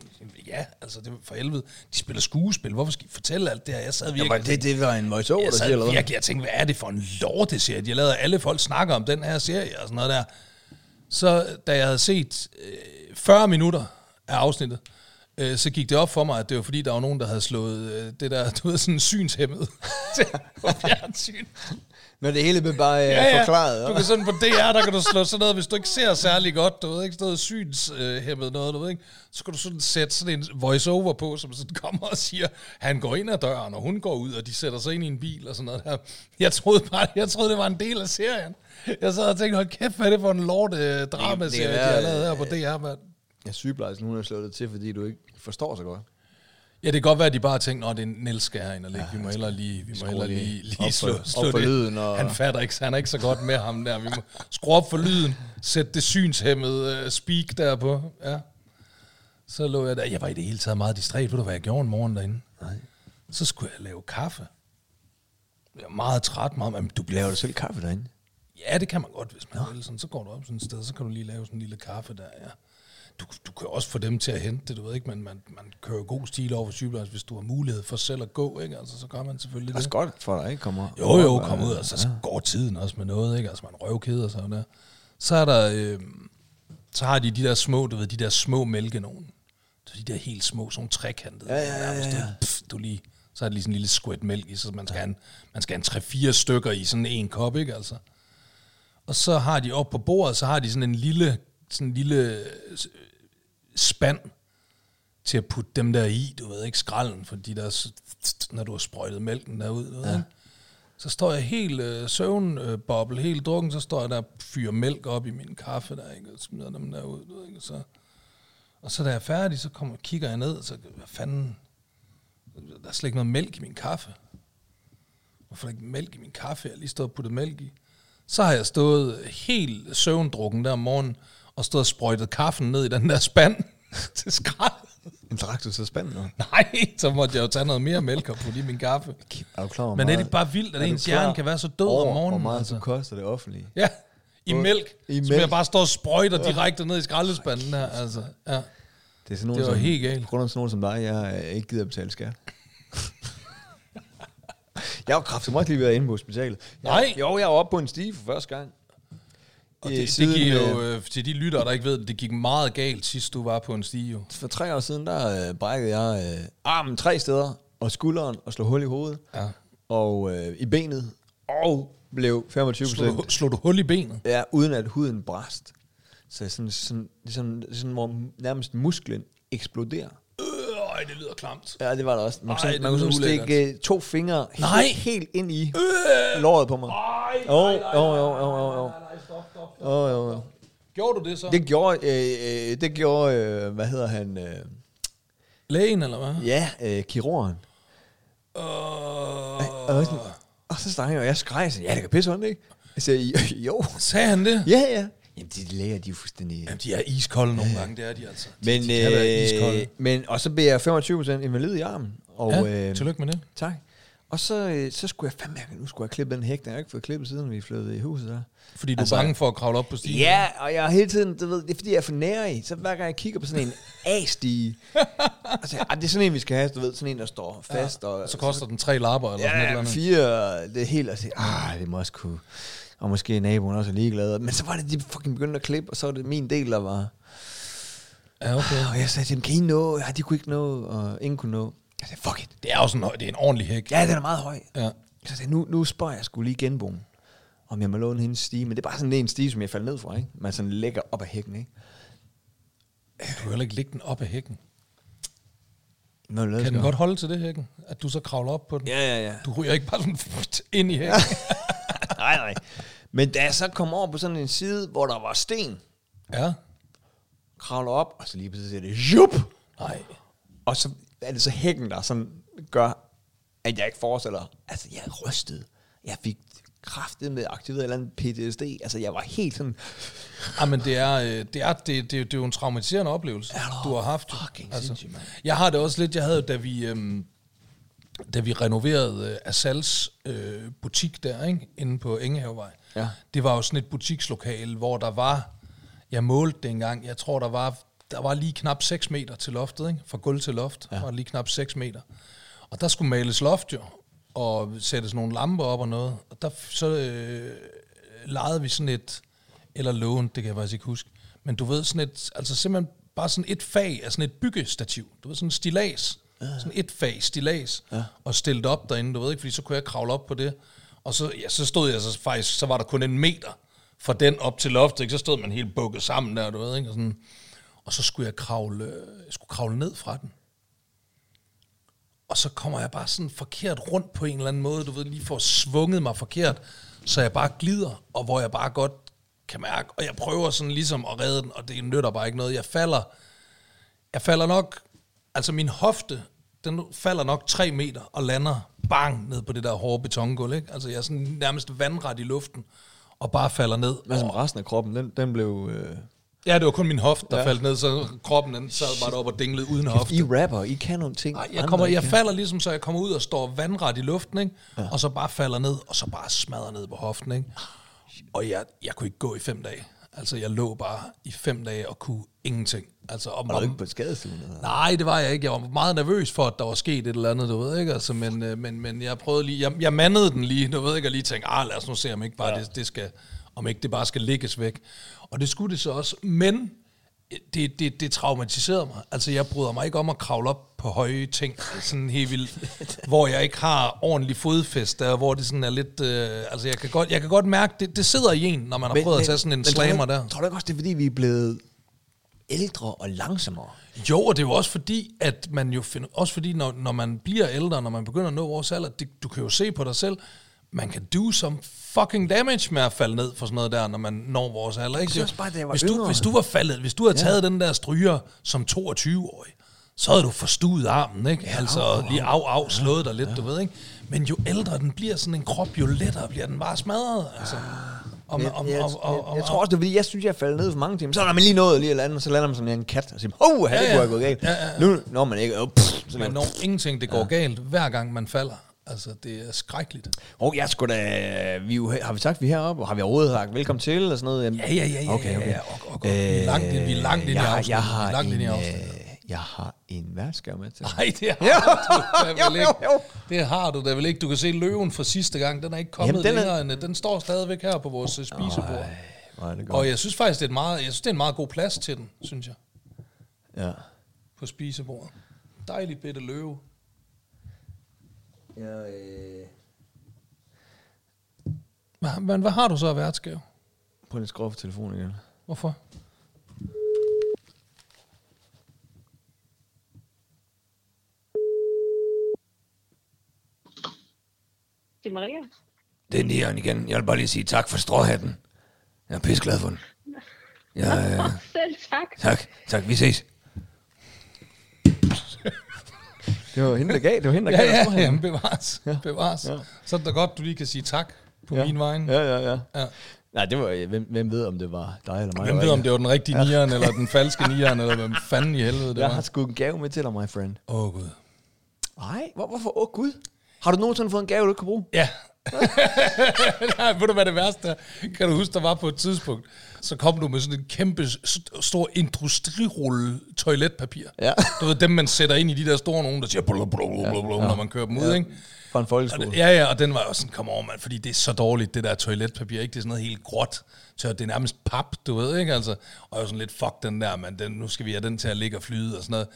ja, altså det er for helvede. De spiller skuespil, hvorfor skal I fortælle alt det her? Jeg sad virkelig... Jamen, det, det var en voice-over, der Jeg siger, eller sad hvad? virkelig og tænkte, hvad er det for en lorteserie? De har lavet, alle folk snakker om den her serie og sådan noget der. Så da jeg havde set øh, 40 minutter af afsnittet, øh, så gik det op for mig, at det var fordi, der var nogen, der havde slået øh, det der, [LAUGHS] du ved, sådan synshæmmet [LAUGHS] til på fjernsyn. Når det hele blev bare øh, ja, ja. forklaret. Du kan sådan på DR, der kan du slå sådan noget, hvis du ikke ser særlig godt, du ved ikke, sådan noget synshæmmet noget, du ved ikke, så kan du sådan sætte sådan en voice-over på, som sådan kommer og siger, han går ind ad døren, og hun går ud, og de sætter sig ind i en bil og sådan noget der. Jeg troede bare, jeg troede, det var en del af serien. Jeg sad og tænkte, hold kæft, hvad er det for en lort øh, dramaserie, Det de kan har være, lavet her på DR, mand. Ja, sygeplejersken, hun har slået det til, fordi du ikke forstår så godt. Ja, det kan godt være, at de bare tænkte, at det er Niels skal herind og ligge. Vi må hellere lige, vi må hellere lige lige, lige op for- slå, op slå for det. lyden og- Han fatter ikke, han er ikke så godt med ham der. Vi må skrue op for lyden, sætte det synshæmmede uh, speak der på. Ja. Så lå jeg der. Jeg var i det hele taget meget distræt. Ved du, hvad jeg gjorde en morgen derinde? Nej. Så skulle jeg lave kaffe. Jeg var meget træt, meget, men du bliver Laver du selv kaffe derinde? Ja, det kan man godt, hvis man vil. Sådan, så går du op sådan et sted, så kan du lige lave sådan en lille kaffe der, ja. Du, du kan også få dem til at hente det, du ved ikke, men man, man kører jo god stil over for sygeplejersker, hvis du har mulighed for selv at gå, ikke? Altså, så gør man selvfølgelig Det er også det. godt for dig, ikke? Kommer. Jo, jo, kom ud, og så går tiden også med noget, ikke? Altså, man røvkeder sig og der. Så er der, øh, så har de de der små, du ved, de der små mælkenogen. Så de der helt små, sådan nogle trekantede. Ja, ja, ja, nærmest, ja, ja. du- Pff, du lige, så er det lige sådan en lille squirt mælk i, så man skal, ja. have, en, man skal have en 3-4 stykker i sådan en kop, ikke altså? Og så har de op på bordet, så har de sådan en lille sådan en lille øh, spand til at putte dem der i, du ved ikke, skralden, fordi der, er s- når du har sprøjtet mælken derud, du ved, ja. så står jeg helt øh, søvnboble, helt drukken, så står jeg der og fyrer mælk op i min kaffe der, ikke, og smider dem derud, du ved ikke, og så, og så da jeg er færdig, så kommer, kigger jeg ned, og så, hvad fanden, der er slet ikke noget mælk i min kaffe. Hvorfor er der ikke mælk i min kaffe? Jeg har lige stået og puttet mælk i. Så har jeg stået øh, helt søvndrukken der om morgenen, og stået og sprøjtet kaffen ned i den der spand [LAUGHS] til skrald. En drak du så spændt nu? Nej, så måtte jeg jo tage noget mere mælk og putte i min kaffe. Er du klar over, Men er det meget- ikke bare vildt, at er du ens klar hjerne kan være så død om over, morgenen, hvor meget altså? altså? det koster det offentlige? Ja, i mælk. I I så mælk. mælk. jeg bare stå og sprøjter direkte ned i skraldespanden der, altså. Ja. Det er sådan nogen, Det var som, helt galt. På grund af sådan nogen som dig, jeg øh, ikke gider at betale skat. [LAUGHS] jeg var kraftigt meget lige ved at inde på hospitalet. Jeg, Nej. Jo, jeg var oppe på en stige for første gang. Og Øh, det, det siden, gik øh, jo, øh, til de lyttere, der ikke ved det, det gik meget galt, sidst du var på en stige. Jo. For tre år siden, der øh, brækkede jeg øh, armen tre steder, og skulderen, og slog hul i hovedet, Ja. og øh, i benet, og blev 25 Slog, procent. du- slog du hul i benet? Ja, uden at huden brast. Så sådan, sådan, sådan, sådan hvor nærmest musklen eksploderer. Øh, det lyder klamt. Ja, det var der også. Man Ej, kunne, Ej, det man kunne lyder sådan stikke øh, to fingre Nej. helt, helt ind i øh. låret på mig. Jo, jo, jo, jo, jo, jo. Jo, jo, jo. Gjorde du det så? Det... Det gjorde, øh, øh, det gjorde øh, hvad hedder han, øh, Lægen, eller hvad? ja, øh, kirurgen. Øh, Og, jeg var sådan, og så snakker jeg, og jeg skreg, så, ja, det kan pisse ondt, ikke? Jeg siger, jo, sagde han det? ja, ja. Jamen, de læger, de er fuldstændig... Jamen, de er iskolde nogle gange, det er de altså. De, Men, de kan være øh, iskolde. men, og så blev jeg 25% invalid i armen. Og, øh, Ja, tillykke med det. Tak. Og så, øh, så skulle jeg fandme, nu skulle jeg klippe den hæk, den har jeg ikke fået klippet, siden vi flyttede i huset der. Fordi du altså- er bange for at kravle op på stigen. Ja, og jeg har hele tiden, du ved, det er fordi, jeg er for nær i, så hver gang jeg kigger på sådan [LAUGHS] en A-stige, altså, ah, det er sådan en, vi skal have, du ved, sådan en, der står fast, og, Og så koster den tre lapper, eller sådan et ja, eller andet. fire, det er helt, og sige, ah, det må også kunne, og måske naboen også er ligeglad, men så var det, de fucking begyndte at klippe, og så var det min del, der var, Ja, okay. og jeg sagde til dem, kan I nå? Ja, de kunne ikke nå, og ingen kunne nå. Jeg sagde, fuck it. Det er jo sådan en høj- det er en ordentlig hæk. Ja, den er meget høj. Ja. Så sagde, jeg, nu, nu spørger jeg skulle lige genboen, om jeg må låne hendes stige. Men det er bare sådan en stige, som jeg faldt ned fra, ikke? Man sådan lægger op ad hækken, ikke? Du kan heller ikke lægge den op af hækken. Nå, lad os Kan den gøre. godt holde til det, hækken? At du så kravler op på den? Ja, ja, ja. Du ryger ikke bare sådan [LAUGHS] ind i hækken. nej, nej. Men da jeg så kom over på sådan en side, hvor der var sten, Ja. kravler op, og så lige pludselig siger det, jup! Nej. Og så er det så hækken, der sådan gør, at jeg ikke forestiller. Altså, jeg rystede. Jeg fik kraftet med aktiveret et eller andet PTSD. Altså, jeg var helt sådan, Ja, men det er, øh, det, er, det, det, det er jo en traumatiserende oplevelse, Er du du har haft. Altså, fucking sindssyg, mand. jeg har det også lidt, jeg havde, jo, da vi, øhm, da vi renoverede øh, Asals øh, butik der, ikke? inde på Engehavevej. Ja. Det var jo sådan et butikslokale, hvor der var, jeg målte det engang, jeg tror, der var, der var lige knap 6 meter til loftet, ikke? fra gulv til loft, ja. var der lige knap 6 meter. Og der skulle males loft jo, og sættes nogle lamper op og noget. Og der f- så øh, lejede vi sådan et, eller lånte, det kan jeg faktisk ikke huske, men du ved sådan et, altså simpelthen bare sådan et fag af sådan et byggestativ. Du ved sådan en stilas, sådan et fag stilas, og stillet op derinde, du ved ikke, fordi så kunne jeg kravle op på det. Og så, ja, så stod jeg så faktisk, så var der kun en meter fra den op til loftet, ikke? så stod man helt bukket sammen der, du ved, ikke? Og, sådan. og så skulle jeg kravle, jeg skulle kravle ned fra den. Og så kommer jeg bare sådan forkert rundt på en eller anden måde, du ved, lige får svunget mig forkert, så jeg bare glider, og hvor jeg bare godt kan mærke, og jeg prøver sådan ligesom at redde den, og det nytter bare ikke noget. Jeg falder, jeg falder nok, altså min hofte, den falder nok 3 meter og lander bang ned på det der hårde betongulv, ikke? Altså jeg er sådan nærmest vandret i luften, og bare falder ned. hvad som resten af kroppen, den, den blev... Øh, Ja, det var kun min hofte, der ja. faldt ned, så kroppen den sad bare op og dinglede uden hofte. I rapper, I kan nogle ting. Nej, jeg, andre kommer, ikke jeg kan. falder ligesom, så jeg kommer ud og står vandret i luften, ikke? Ja. og så bare falder ned, og så bare smadrer ned på hoften. Ikke? Ah, Og jeg, jeg kunne ikke gå i fem dage. Altså, jeg lå bare i fem dage og kunne ingenting. Altså, og, Var du og, ikke på skadestuen? Eller? Nej, det var jeg ikke. Jeg var meget nervøs for, at der var sket et eller andet, du ved ikke. Altså, men, øh, men, men jeg prøvede lige, jeg, jeg mandede den lige, du ved ikke, og lige tænkte, ah, lad os nu se, om ikke, bare ja. det, det skal, om ikke det bare skal lægges væk. Og det skulle det så også, men øh, det, det, det traumatiserede mig. Altså, jeg bryder mig ikke om at kravle op på høje ting, sådan helt [LAUGHS] vildt, hvor jeg ikke har ordentlig fodfæste, og hvor det sådan er lidt... Øh, altså, jeg kan, godt, jeg kan godt mærke, det, det sidder i en, når man har prøvet at tage sådan en tror du slammer ikke- der. Tror du ikke også, det er, fordi vi er blevet ældre og langsommere? Jo, og det er jo også fordi, at man jo finder... Også fordi, når, når man bliver ældre, når man begynder at nå vores alder, det, du kan jo se på dig selv, man kan do some fucking damage med at falde ned for sådan noget der, når man når vores alder. Ikke? synes også bare, da jeg var hvis, du, yngre. hvis du var faldet, hvis du havde taget den der stryger som 22-årig, så havde du forstuet armen, ikke? Ja, altså lige af, af, slået dig lidt, du ved, ikke? Men jo ældre den bliver sådan en krop, jo lettere bliver den bare smadret, altså. Om, om, om, Ah, jeg, om, jeg, om, jeg, tror også, det er, fordi jeg synes, jeg er faldet ned for mange timer. Så er man lige nået lige eller andet, og så lander man som en kat og siger, oh, her, Ja, det ja. kunne jeg gå galt. Ja, ja, ja. Nu når man ikke, oh, pff, så man når ingenting, det går galt, hver gang man falder. Altså, det er skrækkeligt. Åh, jeg skulle da... Vi, er jo her- har vi sagt, at vi er heroppe? Og har vi overhovedet sagt velkommen til? Og sådan noget? Jamen, Ja, ja, ja, ja, Okay, ja, okay. Øh, ja, og- og- og- vi er langt ind- vi er langt ind i jeg, har- afsnittet. jeg Vi har er langt en, ind i øh, afsnittet. jeg har en værtskab med til. Nej, det [LAUGHS] har Ja. du da vel Jo, ikke. jo, jo. Det har du da vel ikke. Du kan se løven fra sidste gang. Den er ikke kommet Jamen, den Jamen, er- den længere end... øh, Den står stadigvæk her på vores øh, spisebord. Hvor er det godt. Og jeg synes faktisk, det er, et meget, jeg synes, det er en meget god plads til den, synes jeg, Ja. på spisebordet. Dejlig bitte løve. Jeg, øh... Hva- Men hvad har du så af værtsgave? Prøv lige at skrue for telefonen igen. Hvorfor? Det er Maria. Det er nieren igen. Jeg vil bare lige sige tak for stråhatten. Jeg er pisseglad for den. Jeg, øh, Selv tak. tak, tak. Vi ses. Det var hende, der gav. Det var hende, der Ja, gav. os ja, forhånden. ja, bevares. bevares. Ja. Så er det da godt, du lige kan sige tak på Ja. min vejen. Ja, ja, ja. Ja. Nej, det var, øh, hvem, hvem ved, om det var dig eller mig? Hvem der ved, ringede? om det var den rigtige nieren, eller den falske nieren, eller hvem fanden i helvede det Jeg har var. sgu en gave med til dig, my friend. Åh, oh, Gud. Nej, hvor, hvorfor? Åh, oh, Gud. Har du nogensinde fået en gave, du ikke kan bruge? Ja. [LAUGHS] Nej, ved du hvad det værste er? Kan du huske, der var på et tidspunkt, så kom du med sådan en kæmpe, st- stor industrirulle toiletpapir. Ja. Du ved, dem man sætter ind i de der store nogen, der siger blub, blub, blub, blub, blub, når man kører dem ud, ikke? Fra en Og det- folkeskole. Ja, ja, og den var også sådan, kom over, mand, fordi det er så dårligt, det der toiletpapir, ikke? Det er sådan noget helt gråt, så det er nærmest pap, du ved, ikke? Altså, og jeg var sådan lidt, fuck den der, mand, den, nu skal vi have den til at ligge og flyde og sådan noget.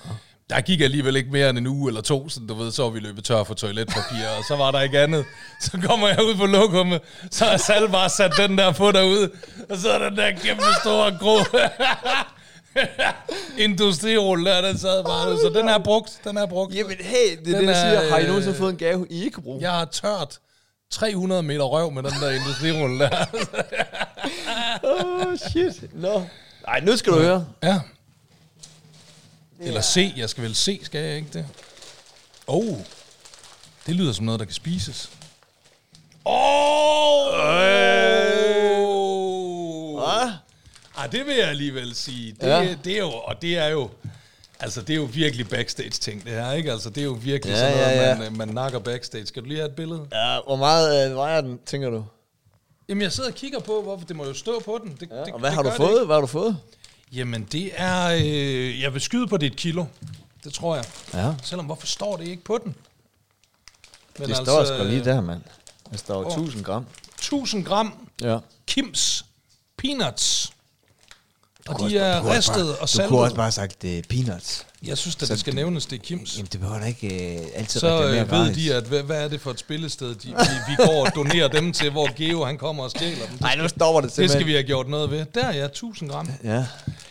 Der gik alligevel ikke mere end en uge eller to, så du ved, så var vi løbet tør for toiletpapir, og så var der ikke andet. Så kommer jeg ud på lokummet, så har Sal bare sat den der på derude, og så er den der kæmpe store grå [LAUGHS] industrirulle, der, den sad bare ud. Så den er brugt, den er brugt. Jamen, hey, det er Den det, jeg er, siger. Har I øh, nogensinde fået en gave, I ikke kan bruge? Jeg har tørt 300 meter røv med den der industrirulle der. [LAUGHS] Åh, oh, shit. Nå. Nej, nu skal du høre. ja. Eller se, jeg skal vel se, skal jeg ikke det? Oh, det lyder som noget, der kan spises. Åh! Oh! Ah, Ah, det vil jeg alligevel sige. Det, Ja. ja. det er jo, og det er jo, altså det er jo virkelig backstage-ting, det her, ikke? Altså det er jo virkelig Ja, ja, sådan noget, ja, ja. Man, øh, man nakker backstage. Skal du lige have et billede? ja, hvor meget øh, vejer den, tænker du? Jamen, jeg sidder og kigger på, hvorfor det må jo stå på den. Det, Ja, det, og hvad det har du gør det ikke. fået? Hvad har du fået? Jamen, det er... Øh, jeg vil skyde på, det er et kilo. Det tror jeg. Ja, Selvom, hvorfor står det ikke på den? Men altså, det står sgu lige der, mand. Det står jo 1000 gram. 1000 gram Ja. Kims Peanuts. Og kunne de også- er du kunne også ristet bare- Du og kunne også saltet. bare have sagt øh, peanuts. Jeg synes, at det skal nævnes, det er Kims. Jamen, det behøver da ikke øh, altid Så reklamere øh, ved gratis. de, at hvad, hvad er det for et spillested, de, vi, vi går og donerer dem til, hvor Geo han kommer og stjæler dem. Nej, nu stopper det Det simpelthen. skal vi have gjort noget ved. Der ja, 1000 gram. Ja.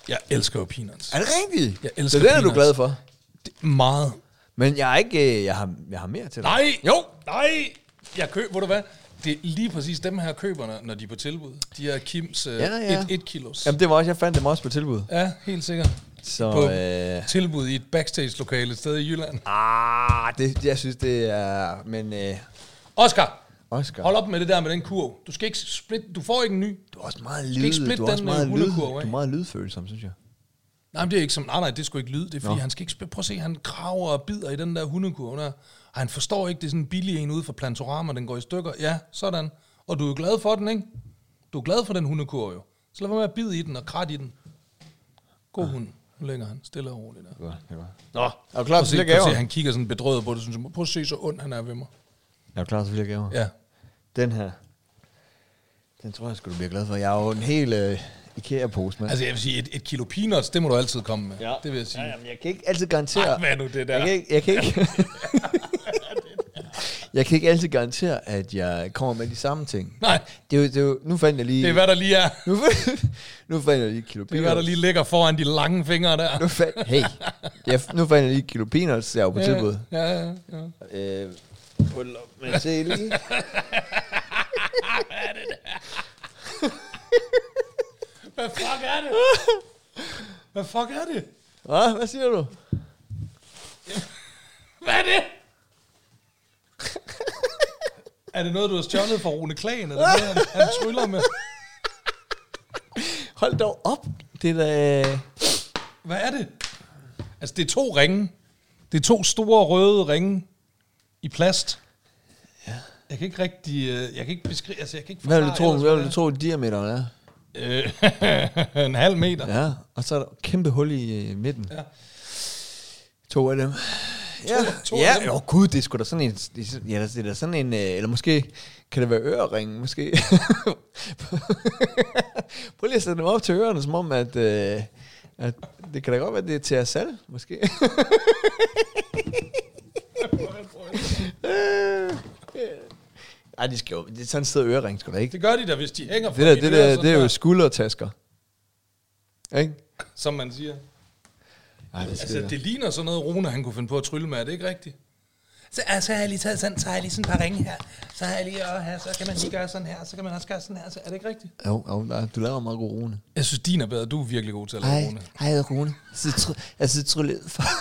Jeg elsker jo peanuts. Er det rigtigt? Jeg så elsker den er du peanuts. glad for. Det er meget. Men jeg er ikke... øh, Jeg har, jeg har mere til dig. Nej! Jo! Nej! Jeg køber, ved du hvad? Det er lige præcis dem her køberne, når de er på tilbud. De er Kims 1 Ja, ja. ja, ja. kilos. Jamen, det var også... Jeg fandt dem også på tilbud. Ja, helt sikkert. Så... På Øh, tilbud i et backstage-lokale et sted i Jylland. ah, det, jeg synes, det er... Men... Øh, Oscar, Oscar... hold op med det der med den kurv. Du skal ikke split, du får ikke en ny. Du er også meget ikke lyd, splitte du er også den, meget, øh, lyd, hundekurv du af. er meget lydfølsom, synes jeg. Nej, men det er ikke som, nej, nej, det skulle ikke lyde. Det er fordi, Nå. han skal ikke spille. Prøv at se, han graver og bider i den der hundekurv der. Og han forstår ikke, det er sådan en billig en ude fra Plantorama, den går i stykker. Ja, sådan. Og du er glad for den, ikke? Du er glad for den hundekurv jo. Så lad være med at bide i den og kratte i den. God hund. Nu lægger han stille og roligt der. Det er godt, det er godt. Nå, Er du prøv klar at til se, flere prøv at se, gaver? han kigger sådan bedrøvet på det. Synes, jeg, prøv at se, så ond han er ved mig. Er du klar til flere gaver? Ja. Den her, den tror jeg, skulle du bliver glad for. Jeg er jo en hel øh, Ikea-pose med. Altså, jeg vil sige, et, et kilo peanuts, det må du altid komme med. Ja. Det vil jeg sige. Ja, jamen, Altså, jeg kan ikke altid garantere... Ej, hvad er nu det der? Jeg kan ikke... Jeg kan ikke, [LAUGHS] jeg kan ikke altid garantere, at jeg kommer med de samme ting. Nej, Det er jo, det er jo, nu fandt jeg lige... det er hvad der lige er. nu, [LAUGHS] nu fandt jeg lige et kilo Det er hvad der peanuts. lige ligger foran de lange fingre der. Nu fandt, hey, jeg, nu fandt jeg lige et kilo peanuts, der var på tilbud. Ja, ja, ja. Øh, pull up med tælle. Hvad fuck er det? Hvad fuck er det? Hvad? Hvad siger du? Hvad er det? [LAUGHS] er det noget, du har stjålet fra Rune Klagen? Er det noget, han, han tryller med? Hold dog op. Det er da... Hvad er det? Altså, det er to ringe. Det er to store røde ringe i plast. Ja. Jeg kan ikke rigtig... øh, Jeg kan ikke beskrive... Altså, jeg kan ikke Hvad vil du forklare tro, ellers, hvad vil du tro diameteren er? det er. Øh, [LAUGHS] en halv meter. Ja. Ja, og så er der et kæmpe hul i øh, midten. Ja. To af dem. Ja, to af ja. dem. Åh oh, gud, det er sgu da sådan en, det er sådan- ja, det er da sådan en, øh, eller måske, kan det være øreringen, måske? [LAUGHS] Prøv lige at sætte dem op til ørerne, som om, at, øh, at det kan da godt være, det er til at salg, måske. [LAUGHS] Øh, Ej, de skal jo, det er sådan et sted ørering, skal da ikke. Det gør de da, hvis de hænger fra Det der, mine det ører der, sådan det er jo der, skuldertasker. Ikke? Som man siger. Ej, det Altså, det ligner sådan noget, Rune han kunne finde på at trylle med. Er det ikke rigtigt? Så, altså, så har jeg lige taget sådan, så har jeg lige sådan et par ringe her. Så har jeg lige, og her, så kan man lige gøre sådan her, så kan man også gøre sådan her. Så er det ikke rigtigt? Jo, jo, nej, du laver meget god Rune. Jeg synes, din er bedre. Du er virkelig god til at lave Rune. hej Rune. Jeg sidder tryllet for... [LAUGHS]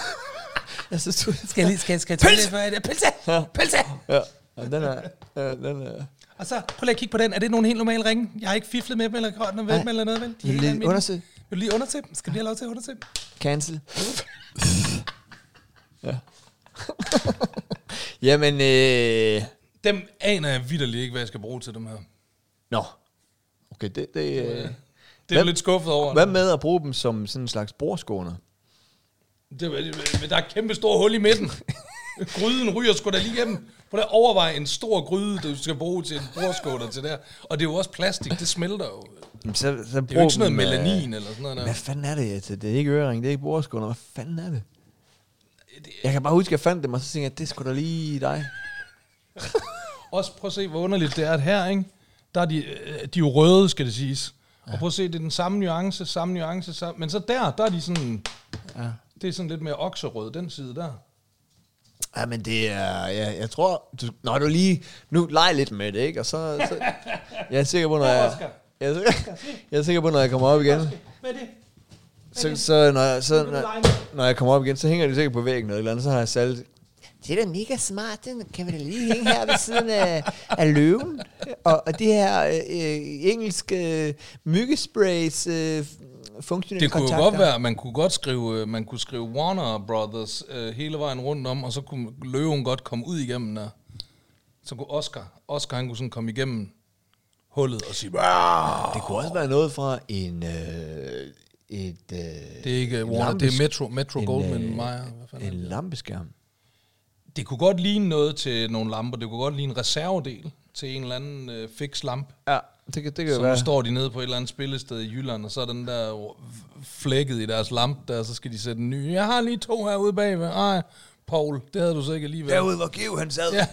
Jeg sidder tryllet Skal jeg lige, skal, skal jeg tage lidt for det? Pølse! Pølse! Ja, og den er... Ja, den er... Og så, prøv lige at kigge på den. Er det nogle helt normale ringe? Jeg har ikke fiflet med dem eller grønt med dem eller noget, vel? Vil De er du helt lige almindelige. undersøge? Vil du lige undersøge dem? Skal vi lige have lov til at undersøge dem? Cancel. ja. [LAUGHS] Jamen, øh... Dem aner jeg vidderligt ikke, hvad jeg skal bruge til dem her. Nå. Okay, det... det øh... Det er Hvad- jeg lidt skuffet over. Hvad med at bruge dem som sådan en slags bordskåner? Det, men der er et kæmpe stort hul i midten. Gryden ryger sgu da lige igennem. Prøv lige at overveje en stor gryde, du skal bruge til en bordskåler til der. Og det er jo også plastik, det smelter jo. Jamen, så, så Det er jo ikke sådan noget melanin eller sådan noget. Der. øh, Hvad fanden er det? Altså, det er ikke ørering, det er ikke bordskåner. Hvad fanden er det? Jeg kan bare huske, at jeg fandt dem, og så tænkte jeg, det skulle da lige dig. Også prøv at se, hvor underligt det er, at her, ikke? der er de, øh, de er jo røde, skal det siges. Og prøv at se, det er den samme nuance, samme nuance, samme. men så der, der er de sådan, Ja. det er sådan lidt mere okserød, den side der. Ja, men det er... Ja, jeg tror... Du, når du lige... Nu leg lidt med det, ikke? Og så... så jeg er sikker på, når jeg... Jeg er, sikker, jeg er sikker på, når jeg kommer op igen, Hvad er det? så, så, når, jeg, så når, når jeg kommer op igen, så hænger det sikkert på væggen eller et eller andet, så har jeg salt. Det er da mega smart, den kan vi da lige hænge her ved siden af, af løven. Og, og det her øh, øh, engelske øh, myggesprays øh, funktionelle Det kunne jo godt være, at man kunne godt skrive, øh, man kunne skrive Warner Brothers øh, hele vejen rundt om, og så kunne løven godt komme ud igennem der. Så kunne Oscar, Oscar han kunne sådan komme igennem hullet og sige, "Wow." Det kunne også være noget fra en... Øh, et, øh, det er ikke øh, en Warner, det lampesk- er Metro, Metro en, Goldman øh, Mayer. Hvad fanden er En det? lampeskærm. Det kunne godt ligne noget til nogle lamper, det kunne godt ligne en reservedel til en eller anden øh, fix lampe. Ja, det kan, det kan Så jo nu være. står de nede på et eller andet spillested i Jylland, og så er den der øh, flækket i deres lampe der, og så skal de sætte en ny. Jeg har lige to herude bagved. Ej, Paul, det havde du så ikke alligevel. Derude, hvor Giv han sad. Ja.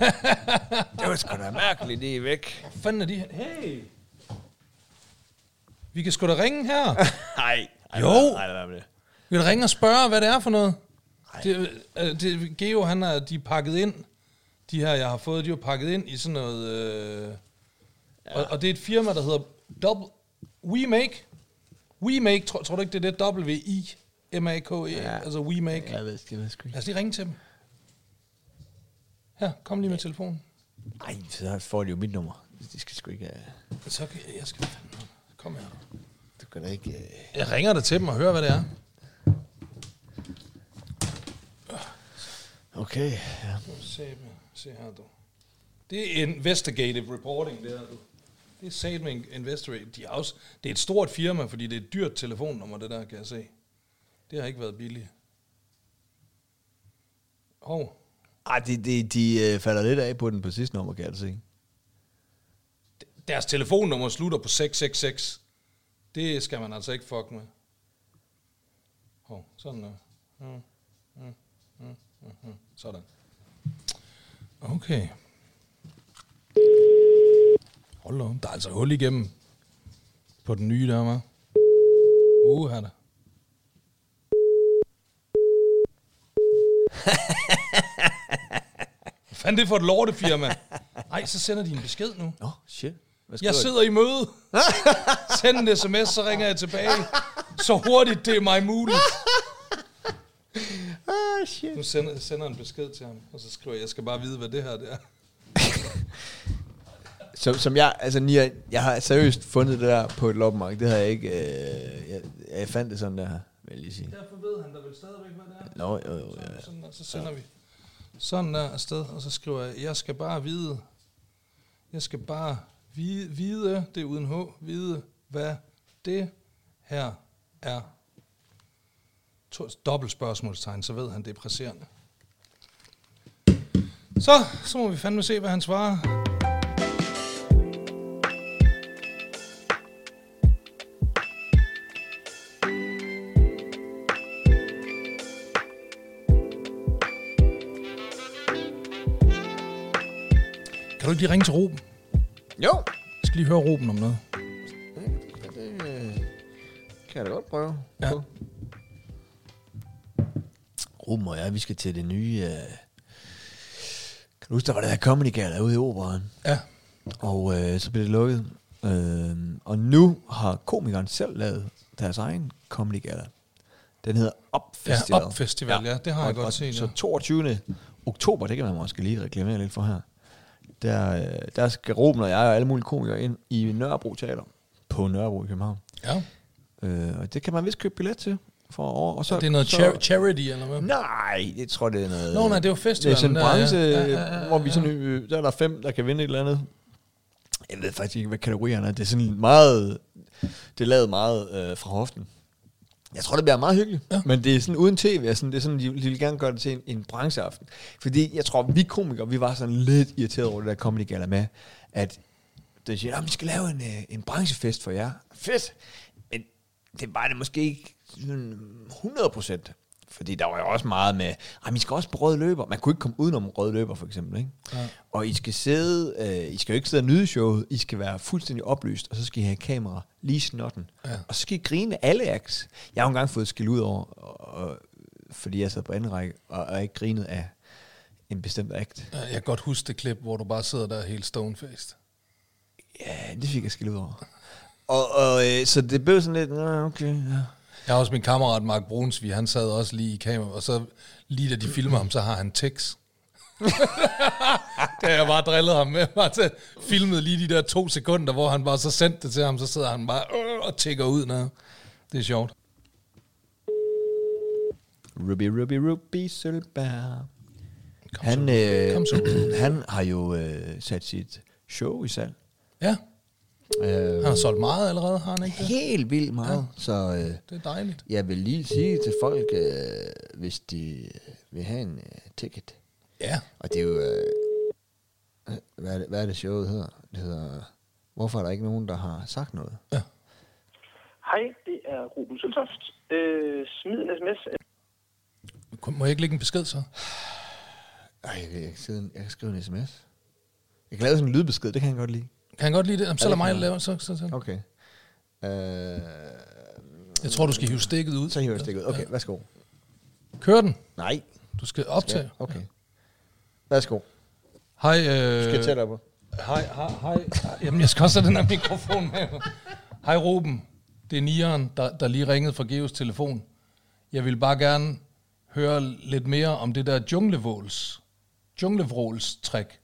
det var sgu da mærkeligt, det er væk. Hvor fanden er de hen? Hey! Vi kan sgu da ringe her. Nej. Jo. Nej, lad være med det. Vi kan da ringe og spørge, hvad det er for noget. Det, øh, det, Geo, han er, de er pakket ind. De her, jeg har fået, de er jo pakket ind i sådan noget... Øh, ja. og, og, det er et firma, der hedder Double, We Make. We Make, tror, tror du ikke, det er det? W-I-M-A-K-E, ja. altså We Make. Ja. Jeg ved, det ved jeg sgu Lad ikke. os lige ringe til dem. Her, kom lige med telefonen. Ej, så får de jo mit nummer. De skal sgu ikke... øh, Så kan jeg, jeg skal... Kom her. Du kan da ikke... øh, Jeg ringer da til dem og hører, hvad det er. Okay. Ja. Se, se her, du. Det er investigative reporting, det her, du. Det er sat med investigate. De er også, det er et stort firma, fordi det er et dyrt telefonnummer, det der, kan jeg se. Det har ikke været billigt. Hov. Ej, de, de, de øh, falder lidt af på den på sidste nummer, kan jeg altså se. Deres telefonnummer slutter på 666. Det Det skal man altså ikke fuck med. Hov, sådan der. Mm, mm, mm, mm, mm. Sådan. Okay. Hold da, op, der er altså hul igennem på den nye der, var. Uh, her der. Hvad fanden er det for et lortefirma? Nej, så sender de en besked nu. Nå, shit. Hvad Jeg skriver de? sidder i [LAUGHS] møde. Send en sms, så ringer jeg tilbage. Så hurtigt det er mig muligt. Ah, shit. Nu sender, sender en besked til ham, og så skriver jeg, jeg skal bare vide, hvad det her det er. Som, som jeg, altså Nia, jeg har seriøst fundet det der på et loppemarked. Det havde jeg ikke, øh, jeg, jeg fandt det sådan der, vil jeg lige sige. Derfor ved han da vel stadigvæk, hvad det er. Nå, jo, jo, ja. Sådan der, så sender vi sådan der afsted, og så skriver jeg, jeg skal bare vide, jeg skal bare vide, vide det er uden H, vide, hvad det her er. To, dobbelt spørgsmålstegn, så ved han, det er presserende. Så, så må vi fandme se, hvad han svarer. Kan du ikke lige ringe til Ruben? Jo, Jeg skal lige høre Ruben om noget. det øh, kan jeg da godt prøve. Ja. på. Ruben og jeg, vi skal til det nye... Øh, kan du huske, der var det her Comedy Gala ude i operan? Ja, Og øh, så blev det lukket. Øh, og nu har komikeren selv lavet deres egen Comedy Gala. Den hedder Opfestival. Ja, Op Festival, ja. Det har jeg og, godt og, set, Så ja. 22. oktober, det kan man måske lige reklamere lidt for her, der, øh, der skal Ruben og jeg og alle mulige komikere ind i Nørrebro Teater på Nørrebro i København. ja. Øh, og det kan man vist købe billet til for år. Og så, Det er noget så, char- charity, eller hvad? Nej, jeg tror, det er noget... Nå, nej, det var Det er sådan festivalen. en der, ja. branche, øh, Ja, ja, ja, ja. hvor vi sådan, øh, der er der fem, der kan vinde et eller andet. Jeg ved faktisk ikke, hvad kategorierne er. Det er sådan meget, det er lavet meget øh, fra hoften. Jeg tror, det bliver meget hyggeligt, ja. men det er sådan uden tv, altså, det er sådan, de, de vil gerne gøre det til en, en brancheaften. Fordi jeg tror, vi komikere, vi var sådan lidt irriteret over det der Comedy Gala med, at det siger, at vi skal lave en, øh, en branchefest for jer. Fedt! Men det var det måske ikke sådan 100 procent. Fordi der var jo også meget med, at vi skal også på røde løber. Man kunne ikke komme udenom røde løber, for eksempel. Ikke? Ja. Og I skal sidde, øh, I skal jo ikke sidde og nyde showet. I skal være fuldstændig oplyst, og så skal I have kamera lige i snotten. Ja. Og så skal I grine alle acts. Jeg har jo engang fået skæld ud over, og, og, fordi jeg sad på anden række, og, og ikke grinede af en bestemt act. Ja, Jeg kan godt huske det klip, hvor du bare sidder der helt stonefaced. Ja, det fik jeg skæld ud over. Og, og øh, så det blev sådan lidt, "Nå, okay, ja. Jeg har også min kammerat Mark Brunsvi, han sad også lige i kamera, og så lige da de filmer ham, så har han [LAUGHS] tekst. da jeg bare drillede ham med, bare til, filmede lige de der to sekunder, hvor han bare så sendte det til ham, så sidder han bare øh, og tækker ud noget. Det er sjovt. Ruby, Ruby, Ruby Sølberg. Kom Han, så. øh, Kom så. [CLEARS THROAT] han har jo øh, sat sit show i salg. Ja, Øh, han har solgt meget allerede, har han ikke det? helt vildt meget. Ja. Så øh, Det er dejligt. jeg vil lige sige til folk, øh, hvis de øh, vil have en øh, ticket. Ja, Og det er jo... Øh, hvad, er det, hvad er det showet hedder? Det hedder... Hvorfor er der ikke nogen, der har sagt noget? Hej, det er Ruben Søltoft. Øh, smid en sms. Kom, må jeg ikke lægge en besked så? Ej, jeg, kan- jeg, kan sidde- jeg kan skrive en sms. Jeg kan lave sådan en lydbesked, det kan jeg godt lide. Kan han godt lide det? Jamen, så Ja, lad det mig kan lave så, så, så. Okay. Øh, Jeg tror, du skal hive stikket ud. så hiver jeg stikket ud. Okay, værsgo. Kør den. Nej. Du skal optage. Okay. Værsgo. Hej, øh, Skal jeg tættere på? Hej, hej, hej. Jamen, jeg skal også have den her mikrofon med. Hej, Ruben. Det er Nieren, der, der lige ringede fra Geos telefon. Jeg vil bare gerne høre lidt mere om det der junglevåls, junglevråls trick,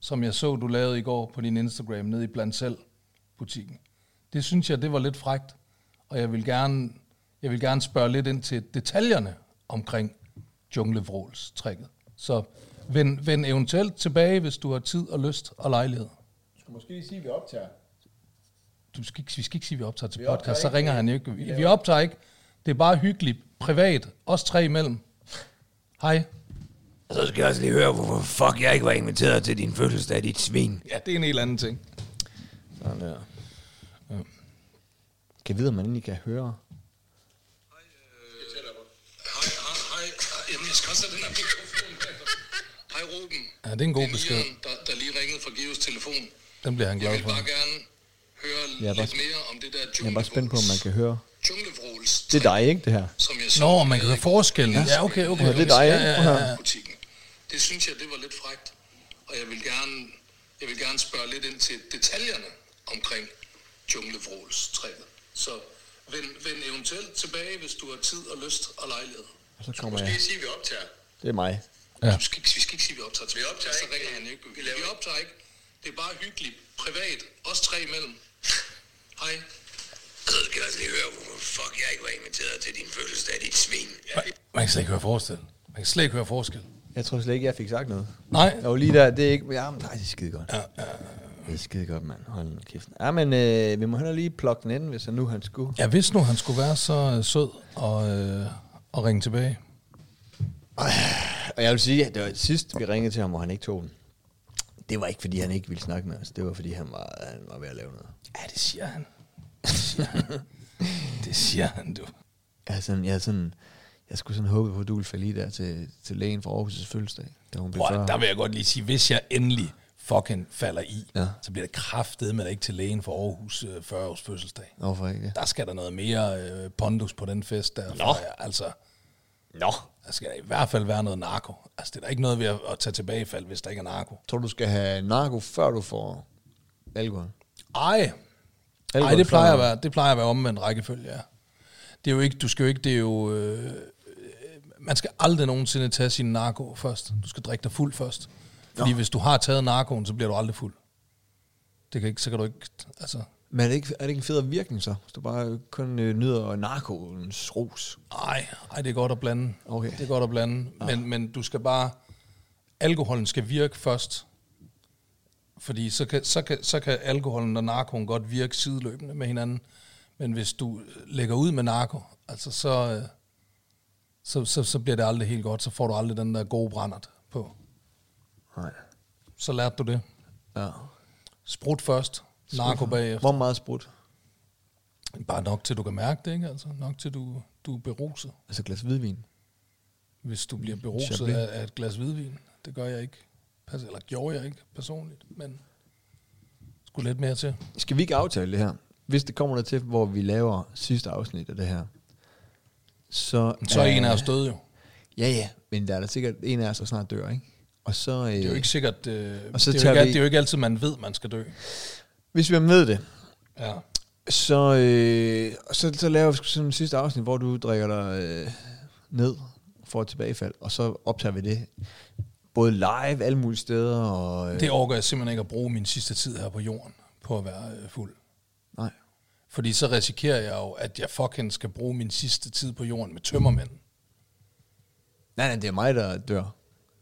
som jeg så, du lavede i går på din Instagram nede i Blandt Selv butikken. Det synes jeg, det var lidt frægt, og jeg vil gerne, jeg vil gerne spørge lidt ind til detaljerne omkring junglevråls tricket. Så vend, vend eventuelt tilbage, hvis du har tid og lyst og lejlighed. Måske lige sige, at vi optager. du skal ikke, vi skal ikke sige, at vi optager til vi podcast, optager så ringer han jo ikke. Vi, vi optager ikke. Det er bare hyggeligt, privat, os tre imellem. Hej. Og så skal jeg også lige høre, hvorfor fuck jeg ikke var inviteret til din fødselsdag, dit svin. Ja, det er en helt anden ting. Sådan der. Kan vide, om man egentlig kan høre. Hej, hej, hej. Jamen, jeg skal også have den her mikrofon. Hej, Ruben. Ja, det er en god Det er besked. Liren, Der, der lige ringede fra Gios telefon. Den bliver han Jeg glad vil for. bare gerne høre Jeg er lidt bare- mere om det der Jeg er bare spændt på, om man kan høre. junglevrols, Det er dig, ikke det her? som jeg så Nå, man kan høre forskellen. Ja, okay, okay. Ja, det er dig, Ja, ikke? ja, Prøv ja, at ja. i butikken. Det synes jeg, det var lidt frægt. Og jeg vil gerne, jeg vil gerne spørge lidt ind til detaljerne omkring junglevrols-træet. Så vend, vend eventuelt tilbage, hvis du har tid og lyst og lejlighed. Og så kommer jeg. sige, vi optager. Det er mig. Ja. Ja. Vi, skal ikke, vi skal ikke sige, at vi optager til. Vi optager ikke. Så ringer han ikke. Vi, vi optager ikke. Det er bare hyggeligt. Privat. Os tre [LAUGHS] imellem. Hej. Jeg kan også lige høre, hvorfor fuck jeg ikke var inviteret til din fødselsdag, dit svin. Ja. Man kan slet ikke høre forskel. Man kan slet ikke høre forskel. Jeg tror slet ikke, jeg fik sagt noget. Nej. Jeg var lige der, det er ikke... Ja, men nej, det er skide godt. Ja, ja. Det er skide godt, mand. Hold nu kæft. Ja, men øh, vi må hellere lige plukke den ind, hvis han nu han skulle. Ja, hvis nu han skulle være så øh, sød og, øh, og ringe tilbage. Og jeg vil sige, at det var sidst, vi ringede til ham, hvor han ikke tog den. Det var ikke, fordi han ikke ville snakke med os. Det var, fordi han var, han var ved at lave noget. Ja, det siger han. Det siger han, [LAUGHS] det siger han du. Jeg, sådan, jeg, sådan, jeg skulle sådan håbe på, at du ville falde i der til, til lægen fra Aarhus' fødselsdag, da hun blev Prøv, fyrre. at- der vil jeg godt lige sige, hvis jeg endelig fucking falder i, Ja. ja. så bliver det kraftet med ikke til lægen for Aarhus øh, 40 års fødselsdag. Hvorfor ikke det? Der skal der noget mere øh, pondus på den fest der. Nå. Altså, Nå. der skal der i hvert fald være noget narko. Altså, det er der ikke noget ved at, at tage tilbagefald, hvis der ikke er narko. Tror du, du skal have narko, før du får alkohol? Ej. Alkohol Ej, det før plejer, at narko. være, det plejer at være omvendt rækkefølge, ja. Det er jo ikke, du skal jo ikke, det er jo, øh, øh, man skal aldrig nogensinde tage sin narko først. Du skal drikke dig fuld først. Fordi hvis du har taget narkoen, så bliver du aldrig fuld. Det kan ikke, så kan du ikke, altså, Men er det ikke, er det ikke en federe virkning så? Hvis du bare kun øh, nyder narkoens ros? ej, ej, det er godt at blande. Okay. Det er godt at blande. Men, men du skal bare, alkoholen skal virke først. Fordi så kan, så, kan, så kan alkoholen og narkoen godt virke sideløbende med hinanden. Men hvis du lægger ud med narko, altså så, øh, så, så, så bliver det aldrig helt godt. Så får du aldrig den der gode brændert på. Nej. Så lærte du det. Ja. Sprut først, narko bagefter. Hvor meget sprut? Bare nok til du kan mærke det, ikke? Altså, nok til du, du er beruset. Altså et glas hvidvin? hvis du bliver beruset Chablis. af, af et glas hvidvin. Det gør jeg ikke. Pas, eller gjorde jeg ikke personligt, men skulle lidt mere til. Skal vi ikke aftale det her? Hvis det kommer der til, hvor vi laver sidste afsnit af det her, så... Så er en af os død jo. Ja, ja. Men der er da sikkert en af os, der snart dør, ikke? Og så... Øh, Det er jo ikke sikkert, øh, Og så det, er tager jo ikke, vi- det er jo ikke altid, man ved, man skal dø. Hvis vi er med det, Ja. så, øh, så, så laver vi sgu sådan en sidste afsnit, hvor du drikker dig øh, ned for et tilbagefald, og så optager vi det. Både live, alle mulige steder, og... Øh, Det overgår jeg simpelthen ikke at bruge min sidste tid her på jorden på at være øh, fuld. Nej. Fordi så risikerer jeg jo, at jeg fucking skal bruge min sidste tid på jorden med tømmermænd. Nej, nej, det er mig, der dør.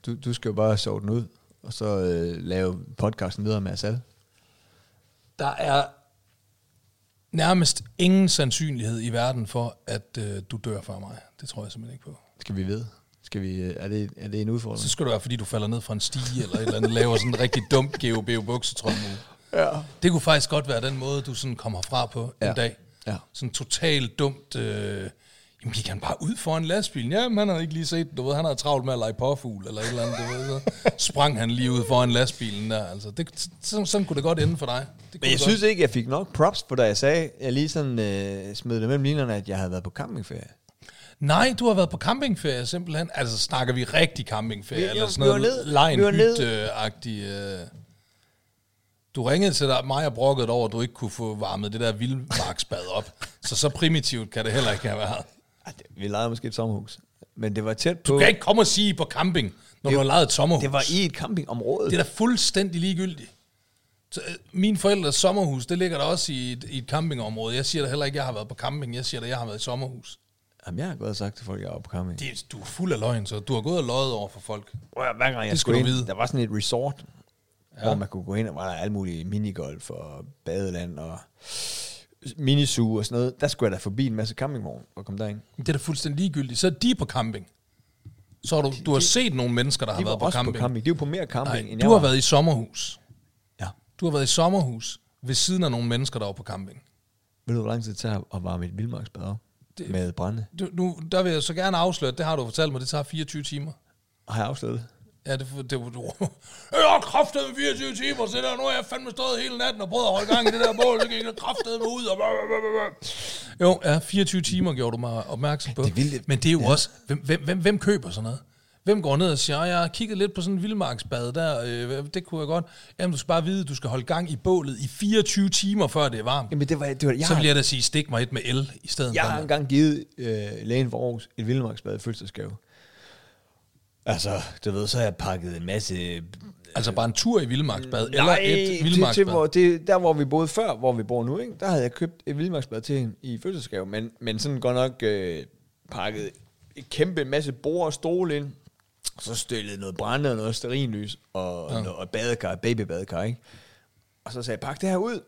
Du, du skal jo bare sove den ud, og så øh, lave podcasten videre med os alle. Der er nærmest ingen sandsynlighed i verden for, at øh, du dør før mig. Det tror jeg simpelthen ikke på. Skal vi vide? Skal vi, øh, er, det, er det en Så udfordring? skal det være, fordi du falder ned fra en stige, eller et eller andet, laver sådan en rigtig dum GOB buksetrøm. Ja. Det kunne faktisk godt være den måde, du sådan kommer fra på ja. Ja. en dag. Ja. Sådan totalt dumt, øh, jamen gik han bare ud foran lastbilen. Ja, men han havde ikke lige set den, du ved, han havde travlt med at lege påfugl, eller et eller andet, du ved. Så [LAUGHS] sprang han lige ud foran lastbilen der, altså. Det, sådan, sådan kunne det godt ende for dig. Det kunne Men jeg det synes ikke, jeg fik nok props på, da jeg sagde, jeg lige sådan øh, smed det mellem linjerne, at jeg havde været på campingferie. godt. Nej, du har været på campingferie simpelthen. Altså, snakker vi rigtig campingferie, Vi- vi, eller jo, sådan vi var noget nede- lejen vi var nede- hyt-agtig... Øh, Du ringede til dig, mig og brokkede dig over, at du ikke kunne få varmet det der vildmarksbad op. så så primitivt kan det heller ikke have været. Ej, det- Vi lejede måske et sommerhus, men det var tæt på. Du kan ikke komme og sige på camping, når du har lejet et sommerhus. Det var i et campingområde. det er da fuldstændig ligegyldigt. Så, øh, Mine forældres sommerhus, det ligger der også i et, i et campingområde. Jeg siger da heller ikke, at jeg har været på camping. Jeg siger da, at jeg har været i sommerhus. Jamen, jeg har gået og sagt til folk, at jeg var på camping. Det, du er fuld af løgn, så du har gået og løjet over for folk. Prøv at høre, hver gang jeg Det skulle skulle ind, du vide. vide. der var sådan et resort, ja. hvor man kunne gå ind, og var der alle mulige minigolf og badeland og minisu og sådan noget. Der skulle jeg da forbi en masse campingvogn og komme derind. Det er da fuldstændig ligegyldigt. Så er de på camping. Så har du, du har set nogle mennesker, der har De var været på også camping. på camping. De var på mere camping, Nej, end du jeg har var. været i sommerhus. Ja. Du har været i sommerhus ved siden af nogle mennesker, der var på camping. Ved du, hvor lang tid det tager at varme et vildmarksbad op Det- med brænde? Du, nu, der vil jeg så gerne afsløre, at det har du fortalt mig, det tager 24 timer. Har jeg afsløret det? Ja, det, det, [LAUGHS] det du, jeg har kraftet 24 timer, så der, nu har jeg fandme stået hele natten og prøvet at holde gang i det der bål, så gik jeg kraftet med ud og... bla, bla, bla, bla. Jo, ja, 24 timer gjorde du mig opmærksom på. Det er vildt. Men det er jo ja. også, hvem, hvem, hvem, hvem køber sådan noget? Hvem går ned og siger, "Åh, jeg har kigget lidt på sådan en vildmarksbad der, øh, det kunne jeg godt. Jamen, du skal bare vide, du skal holde gang i bålet i 24 timer, før det er varmt. Jamen, det var, det var, jeg, så har- vil jeg da sige, stik mig et med el i stedet. Jeg for- har engang givet øh, lægen for Aarhus et vildmarksbad i fødselsdagsgave. Altså, du ved, så har jeg pakket en masse... Altså bare en tur i Øh, vildmarksbad, eller et vildmarksbad. til, til, hvor, det, der hvor vi boede før, hvor vi bor nu, ikke? der havde jeg købt et vildmarksbad til hende i fødselsdagsgave, men, men sådan godt nok øh, pakket et kæmpe masse bord og stole ind, og så stillede noget brænde og noget sterinlys og, ja. og badekar, babybadekar, ikke? Og så sagde jeg, pak det her ud.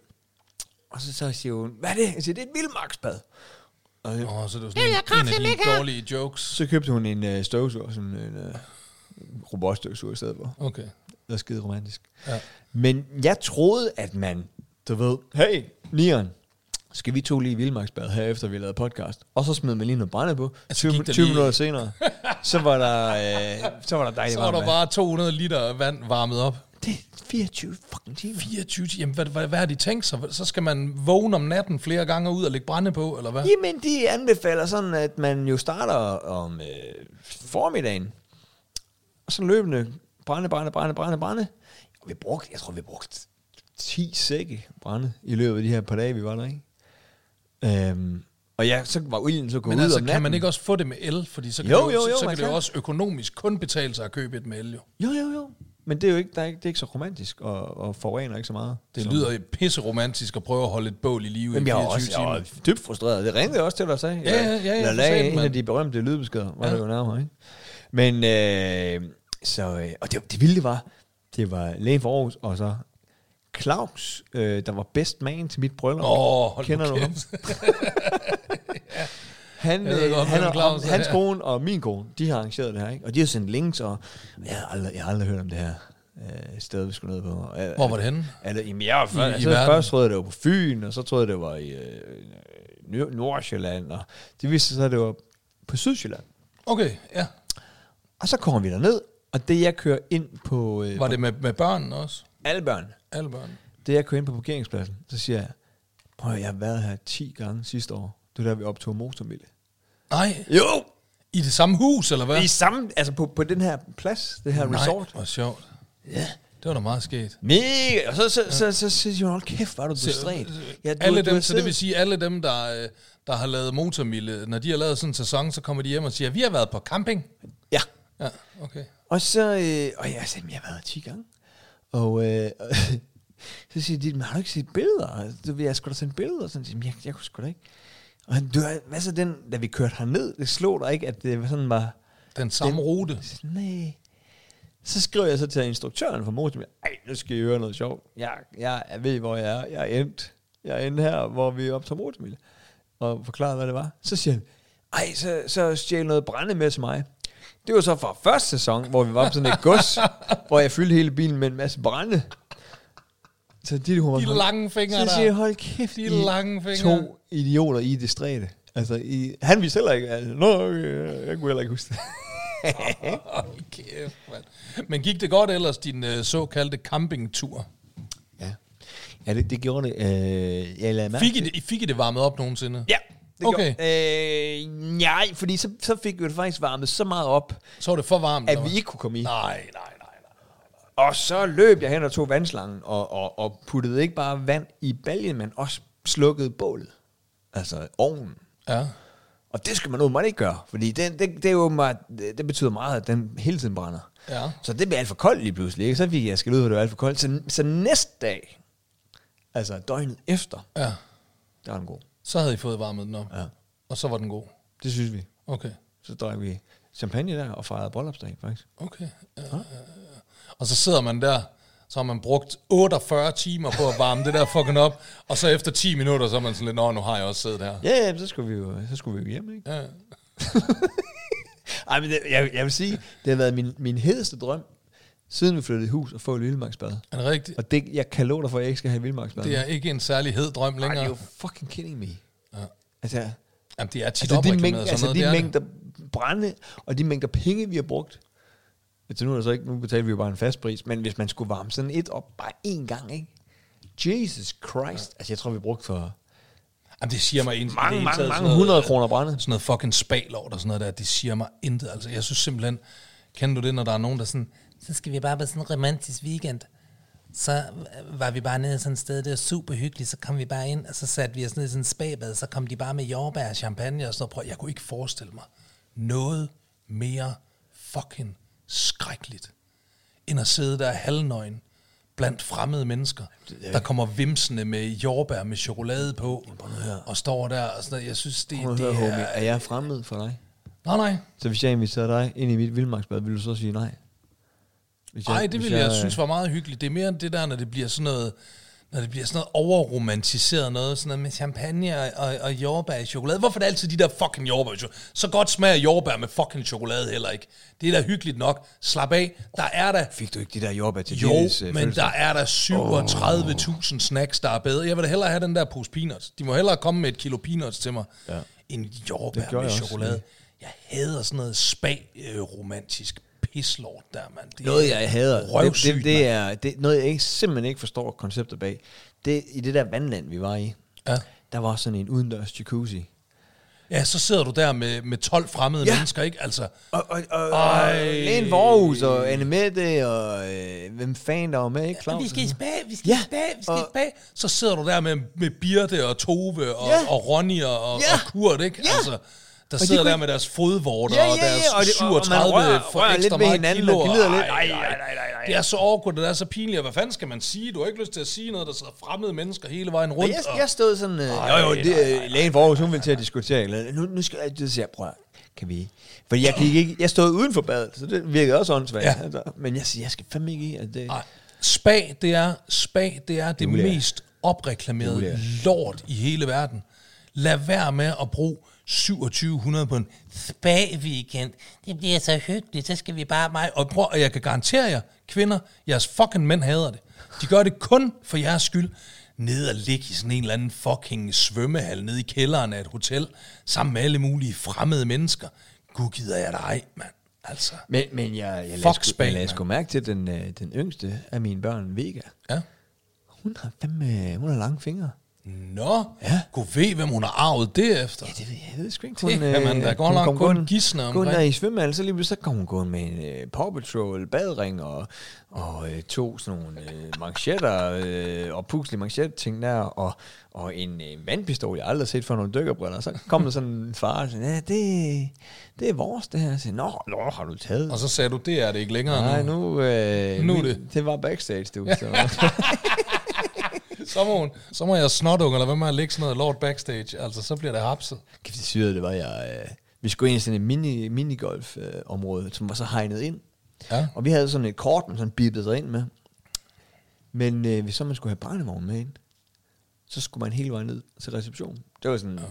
Og så, så siger hun, hvad er det? Jeg siger, det er et vildmarksbad. Og jeg, Åh, så det var sådan en, en af dine dårlige jokes. Så købte hun en øh, støvsuger, sådan en øh, robotstøvsuger i stedet for. Okay. Det var skide romantisk. Ja. Men jeg troede, at man, du ved, hey, Nieren, skal vi to lige i Vildmarksbad her efter vi lavede podcast? Og så smed man lige noget brænde på. Altså, 20, gik der 20 lige- minutter senere, så var der, øh, så var der dejligt Så var varmt der vand. bare 200 liter vand varmet op. Det er 24 fucking timer. 24, jamen hvad, hvad, hvad har de tænkt sig? Så skal man vågne om natten flere gange ud og lægge brænde på, eller hvad? Jamen, de anbefaler sådan, at man jo starter om øh, formiddagen, og så løbende brænde, brænde, brænde, brænde, brænde. Og vi brugte, jeg tror, vi brugte 10 sække brænde i løbet af de her par dage, vi var der, ikke? Øhm, og ja, så var ilden så gået Men ud altså, om kan natten. man ikke også få det med el? Fordi så kan, Jo, det, jo, jo, så, så man kan det jo kan. også økonomisk kun betale sig at købe et med el, jo. Jo, jo, jo. Men det er jo ikke, der er ikke, det er ikke så romantisk, og, og forurener ikke så meget. Det som- lyder pisseromantisk at prøve at holde et bål i live i Jamen, jeg 24 var også jeg timer. var dybt frustreret. Det ringede jeg også til dig og sagde. Ja, ja, ja, ja, Eller for lagde satan, en mand. af de berømte lydbeskeder, var Ja. ja. det jo nærmere, ikke? Men, øh, så, øh, og det, det vilde var, det var lægen for Aarhus, og så Claus, øh, der var best man til mit bryllup. Åh, hold Kender nu du ham? Han, Jeg ved øh, godt, han, hvem og, Claus er. hans kone og min kone, de har arrangeret det her, ikke? Og de har sendt links, og jeg har aldrig, jeg har aldrig hørt om det her øh, sted, vi skulle ned på. [LAUGHS] Hvor var det henne? Eller, jamen, jeg var først, I altså, verden? først troede jeg, det var på Fyn, og så troede jeg, det var i øh, Nord- Nordsjælland, og det viste sig, at det var på Sydsjælland. Okay, ja. Og så kommer vi derned, og det jeg kører ind på, øh, Var på det med, med børnene også? alle børn, Alle børn? det jeg kører ind på parkeringspladsen, så siger jeg, prøv at høre, jeg har været her 10 gange sidste år. Det var der, vi optog motormille. Nej, Jo! i det samme hus, eller hvad? I samme, altså på, på den her plads, det her Nej, resort. hvor sjovt. Ja. Det var da meget sket. Mega! Og så, så, så, så, så siger hun, hold kæft, var du bestræt. Ja, du, alle du har dem, så det siddet- vil sige, alle dem, der, øh, der har lavet motormille, når de har lavet sådan en sæson, så kommer de hjem og siger, vi har været på camping. Ja, Ja, okay. Og så, øh, og jeg sagde, "Men jeg har været her 10 gange. Og øh, [LAUGHS] så siger de, men har du ikke set billeder? Altså, Du ved, jeg skulle da sende billeder. Og sådan, "Jamen, jeg, jeg kunne sgu da ikke. Og han, du, ved, hvad så den, da vi kørte herned, det slog dig ikke, at det sådan var, Den samme Den- rute. jeg sagde, nej. øh. Så skrev jeg så til instruktøren for motor, ej, nu skal I høre noget sjovt. Jeg, jeg, jeg ved, hvor jeg er. Jeg er endt. Jeg er endt her, hvor vi optager motormil. Og forklarede, hvad det var. Så siger han, ej, så, så stjæl noget brænde med til mig. Det var så fra første sæson, hvor vi var på sådan et [LAUGHS] gods, hvor jeg fyldte hele bilen med en masse brænde. Så de, hun var De sådan, lange fingre så siger jeg, der. hold kæft, De I lange fingre." to idioter i det stræde. Altså, I, han vidste heller ikke, altså, nå, okay, jeg kunne heller ikke huske det. Hold kæft, mand. Men gik det godt ellers, din øh, såkaldte campingtur? Ja, ja det, det gjorde det. Øh, jeg lagde mærke Fik I, til- det, fik I det varmet op nogensinde? Ja, det Okay. gjorde øh, Nej, fordi så, så fik vi det faktisk varmet så meget op, Så var det for varmt. at eller vi hvad? ikke kunne komme i. Nej, nej, nej. nej. Og så løb jeg hen og tog vandslangen og, og, og puttede ikke bare vand i baljen, men også slukkede bålet. Altså ovnen. Ja. Og det skal man åbenbart ikke gøre, fordi det, det, det, er åbenbart, det, det betyder meget, at den hele tiden brænder. Ja. Så det blev alt for koldt lige pludselig, ikke? Så fik jeg skal ud, hvor det var alt for koldt. Så, så næste dag, altså døgnet efter, ja. der var den god. Så havde I fået varmet den op. Ja. Og så var den god. Det synes vi. Okay. Så drak vi champagne der og fejrede bryllupsdag, faktisk. Okay. Ja, ja, ja. Og så sidder man der, så har man brugt 48 timer på at varme det der fucking op, og så efter 10 minutter, så er man sådan lidt, nå, nu har jeg også siddet her. Ja, ja, men så skulle vi jo, så skulle vi jo hjem, ikke? [LAUGHS] Ja. Ej, men det, jeg, jeg vil sige, det har været min, min hedeste drøm, siden vi flyttede i hus og få et vildmarksbad. Er det rigtigt? Og det, jeg kan love dig for, at jeg ikke skal have et vildmarksbad. Det er ikke en særlig hed drøm Ej, det længere. er jo fucking kidding me. Ja. Altså, Jamen, det er tit altså de, opreklameret mængder, og altså sådan de noget. det er det. mængder brænde og de mængder penge, vi har brugt. Altså nu er der så ikke, nu betaler vi jo bare en fast pris, men hvis man skulle varme sådan et op bare én gang, ikke? Jesus Christ. Altså jeg tror, vi brugte for Jamen, det siger mig ind. mange, mange, mange hundrede kroner brænde. Sådan noget fucking spaglort og sådan noget der, det siger mig intet. Altså, jeg synes simpelthen, kender du det, når der er nogen, der sådan, Så skal vi bare på sådan en romantisk weekend. Så var vi bare nede sådan et sted, det var super hyggeligt, så kom vi bare ind, og så satte vi os ned i sådan en spabad, så kom de bare med jordbær og champagne og sådan noget. Prøv, jeg kunne ikke forestille mig noget mere fucking skrækkeligt, end at sidde der halvnøgen blandt fremmede mennesker, der kommer vimsende med jordbær med chokolade på, og står der og sådan noget. Jeg synes, det, Prøv at det høre, er... homie, er jeg fremmed for dig? Nej, nej. Så hvis jeg inviterede dig ind i mit vildmarksbad, ville du så sige nej? Hvis Nej, det hvis ville jeg, jeg øh, synes var meget hyggeligt. Det er mere end det der, når det bliver sådan noget, når det bliver sådan noget overromantiseret noget, sådan noget med champagne og, og, og jordbær i chokolade. Hvorfor er det altid de der fucking jordbær i chokolade? Så godt smager jordbær med fucking chokolade heller ikke. Det er da hyggeligt nok. Slap af. Der er der... Fik du ikke de der jordbær til Jo, Dennis, øh, men fødselsdag? der er der 37.000 snacks, der er bedre. Jeg vil da hellere have den der pose peanuts. De må hellere komme med et kilo peanuts til mig, ja. end jordbær gjorde med jeg også chokolade. lige. Jeg hader sådan noget spa-romantisk pislort der, mand. Det er Noget, jeg hader, det, røvsygt, det, mand. det er det, noget, jeg ikke, simpelthen ikke forstår konceptet bag. Det, I det der vandland, vi var i, Ja. der var sådan en udendørs jacuzzi. Ja, så sidder du der med, med 12 fremmede ja. Ja. mennesker, ikke? Altså, Og, og, og, Ej. og Lene Vorhus og Anne Mette og øh, hvem fanden der var med, ikke? Claus? vi skal i spa, vi skal Ja, i spa, vi skal i og- spa. så sidder du der med, med Birte og Tove og, ja. Ja. og Ronny og, og, Ja. og Kurt, ikke? Ja. Altså, der sidder kunne der ikke- med deres fodvorter Ja, ja, og ja, deres og det- og- og man 37 rører- for rører ekstra lidt ved meget hinanden kilo. og gnider lidt. Ej, Ej, ej, ej, ej, ej. Det er så awkward, og det er så pinligt, og hvad fanden skal man sige? Du har ikke lyst til at sige noget, der sidder fremmede mennesker hele vejen rundt. jeg, og- jeg stod sådan, øh, jo jo, det, øh, Lene Vorhus, hun ville til at diskutere, eller nu, nu skal jeg, det siger jeg, prøv at- kan vi Fordi jeg gik ikke, jeg stod uden for badet, så det virkede også åndssvagt. Ja. Ja. Altså, men jeg siger, jeg skal fandme ikke i, at det... Nej. Spa, det er, spa, det er det Julia. mest opreklamerede Julia. lort i hele verden. Lad være med at bruge 2700 på en Spa-weekend, det bliver så hyggeligt, så skal vi bare mig og prøv, og jeg kan garantere jer, kvinder, jeres fucking mænd hader det. De gør det kun for jeres skyld. Ned og ligge i sådan en eller anden fucking svømmehal nede i kælderen af et hotel, sammen med alle mulige fremmede mennesker. Gud gider jeg dig ej, mand. Altså, Men, men jeg, jeg Fuck lagde, sgu, Spanien, jeg lagde mand. sgu mærke til den, øh, den yngste af mine børn, Vega. ja. Hun har fandme, øh, hun har lange fingre. Nå, ja. Ja. god ved, hvem hun har arvet derefter. Ja, det ved jeg, jeg ved sgu ikke. Det kan man da godt nok øh, kun gisne om. Kun omkring. der i svømmehallen, så lige pludselig, så kom hun gående med en øh, Paw Patrol badring og, og øh, to sådan nogle øh, manchetter øh, og puslige manchetter-ting der, og, og en øh, vandpistol, jeg aldrig har set for nogle dykkerbriller. Så kom der sådan en far og sagde, ja, det, det er vores det her. Jeg sagde, nå, nå, har du taget? Og så sagde du, det er det ikke længere Nej, nu, øh, Nu er min- det- det var backstage, du. Så. så, må hun, så må jeg snotunge, eller hvad med at lægge sådan noget lort backstage. Altså, så bliver det hapset. Kæft, det syrede det var jeg... Øh, vi skulle ind i sådan et mini, minigolf-område, øh, område, som var så hegnet ind. Ja. Og vi havde sådan et kort, man sådan bippede sig ind med. Men øh, hvis så man skulle have barnevogn med ind, så skulle man hele vejen ned til receptionen. Det var sådan ja.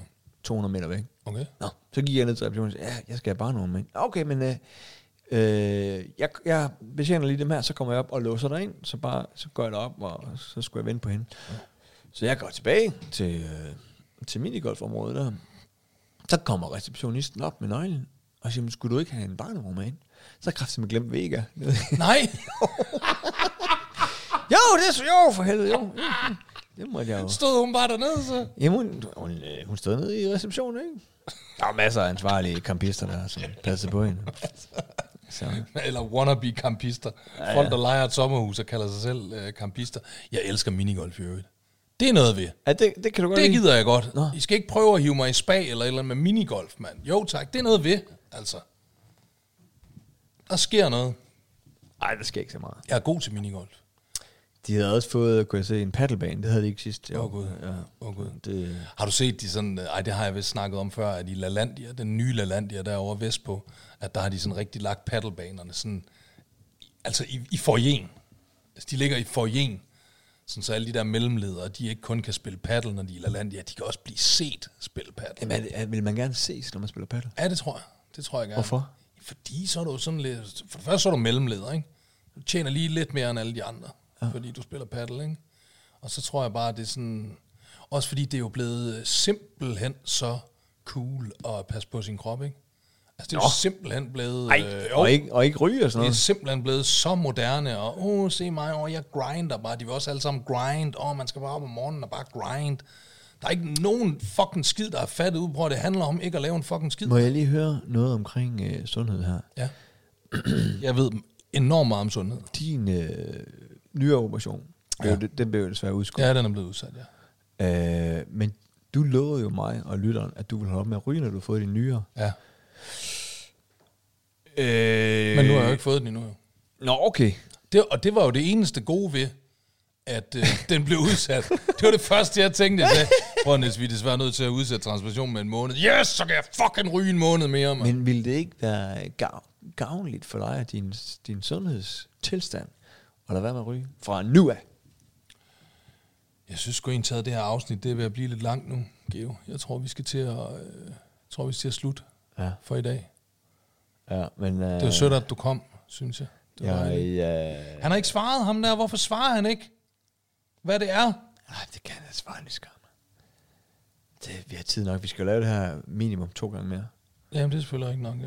200 meter væk. Okay. Nå, så gik jeg ned til receptionen og sagde, ja, jeg skal have barnevogn med ind. Okay, men øh, øh, jeg, jeg betjener lige dem her, så kommer jeg op og låser dig ind, så, bare, så går jeg derop, og så skulle jeg vente på hende. Så jeg går tilbage til, øh, til minigolfområdet der. Så kommer receptionisten op med nøglen, og siger, "Men skulle du ikke have en barnevogn med ind? Så har jeg med glemt Vega. [LAUGHS] Nej, jo, det er så jo, for helvede, jo. Mm, Det måtte jeg jo. stod hun bare dernede, så... Jamen, hun, hun, øh, hun stod nede i receptionen, ikke? Der var masser af ansvarlige kampister der, som passede på hende. Så. [LAUGHS] Eller wannabe kampister. Ja, Folk, der leger et sommerhus og kalder sig selv øh, kampister. Jeg elsker minigolf i øvrigt. Det er noget ved. Ja, det, det kan du godt Det lide. gider jeg godt. Nå. I skal ikke prøve at hive mig i spa eller et eller andet med minigolf, mand. Jo tak, det er noget ved, altså. Der sker noget. Ej, det sker ikke så meget. Jeg er god til minigolf. De havde også fået, kunne jeg se, en paddlebane. Det havde de ikke sidst. Åh oh, gud. Ja. Åh oh, gud. Det, Har du set de sådan, øh, ej det har jeg vist snakket om før, at i LaLandia, den nye LaLandia derovre vestpå, at der har de sådan rigtig lagt paddlebanerne sådan, altså i, i forjen. Altså de ligger i forjen, sådan så alle de der mellemledere, de ikke kun kan spille paddle, når de er i LaLandia, de kan også blive set spille paddle. jamen, er det- er, vil man gerne ses, når man spiller paddle? Ja, det tror jeg. Det tror jeg gerne. Hvorfor? Fordi så er du sådan lidt... For det første så er du mellemleder, ikke? Du tjener lige lidt mere end alle de andre, ja. fordi du spiller paddle, ikke? Og så tror jeg bare, det er sådan... Også fordi det er jo blevet øh, simpelthen så cool at passe på sin krop, ikke? Altså, det er jo simpelthen blevet... Ej, øh, jo, Og ikke, og ikke ryge og sådan det er noget. simpelthen blevet så moderne, og åh, oh, se mig, oh, jeg grinder bare. De vil også alle sammen grind, og oh, man skal bare op om morgenen og bare grind. Der er ikke nogen fucking skid, der er fattet ud på, at det handler om ikke at lave en fucking skid. Må jeg lige høre noget omkring øh, sundhed her? Ja. [CLEARS THROAT] Jeg ved enormt meget om sundhed. Din øh, nyere operation, ja. Ja. den blev jo desværre udskudt. Ja, den er blevet udsat, ja. Øh, men du lovede jo mig og lytteren, at du ville holde op med at ryge, når du har fået dine nyere. ja. Øh, Men nu har jeg jo ikke fået den endnu, jo. Nå, okay. Det, og det var jo det eneste gode ved, at øh, [LAUGHS] den blev udsat. Det var det første, jeg tænkte. Jeg sagde, prøv Niels, vi er desværre nødt til at udsætte transmissionen med en måned. Yes, så kan jeg fucking ryge en måned mere, mand. Men ville det ikke være gav, gavnligt for dig og din, din sundhedstilstand at lade være med at ryge fra nu af? Jeg synes sgu egentlig, at det her afsnit det er ved at blive lidt langt nu, Geo. Jeg tror, vi skal til at, øh, jeg tror, vi skal til at slutte Ja. for i dag. Ja, men... Øh, Det var sødt, at du kom, synes jeg. Det var Jeg, dejligt. øh, han har ikke svaret ham der. Hvorfor svarer han ikke? Hvad det er? nej, det kan altså jeg svare lige skam. Det, vi har tid nok. Vi skal jo lave det her minimum to gange mere. Jamen, det er selvfølgelig ikke nok, ja.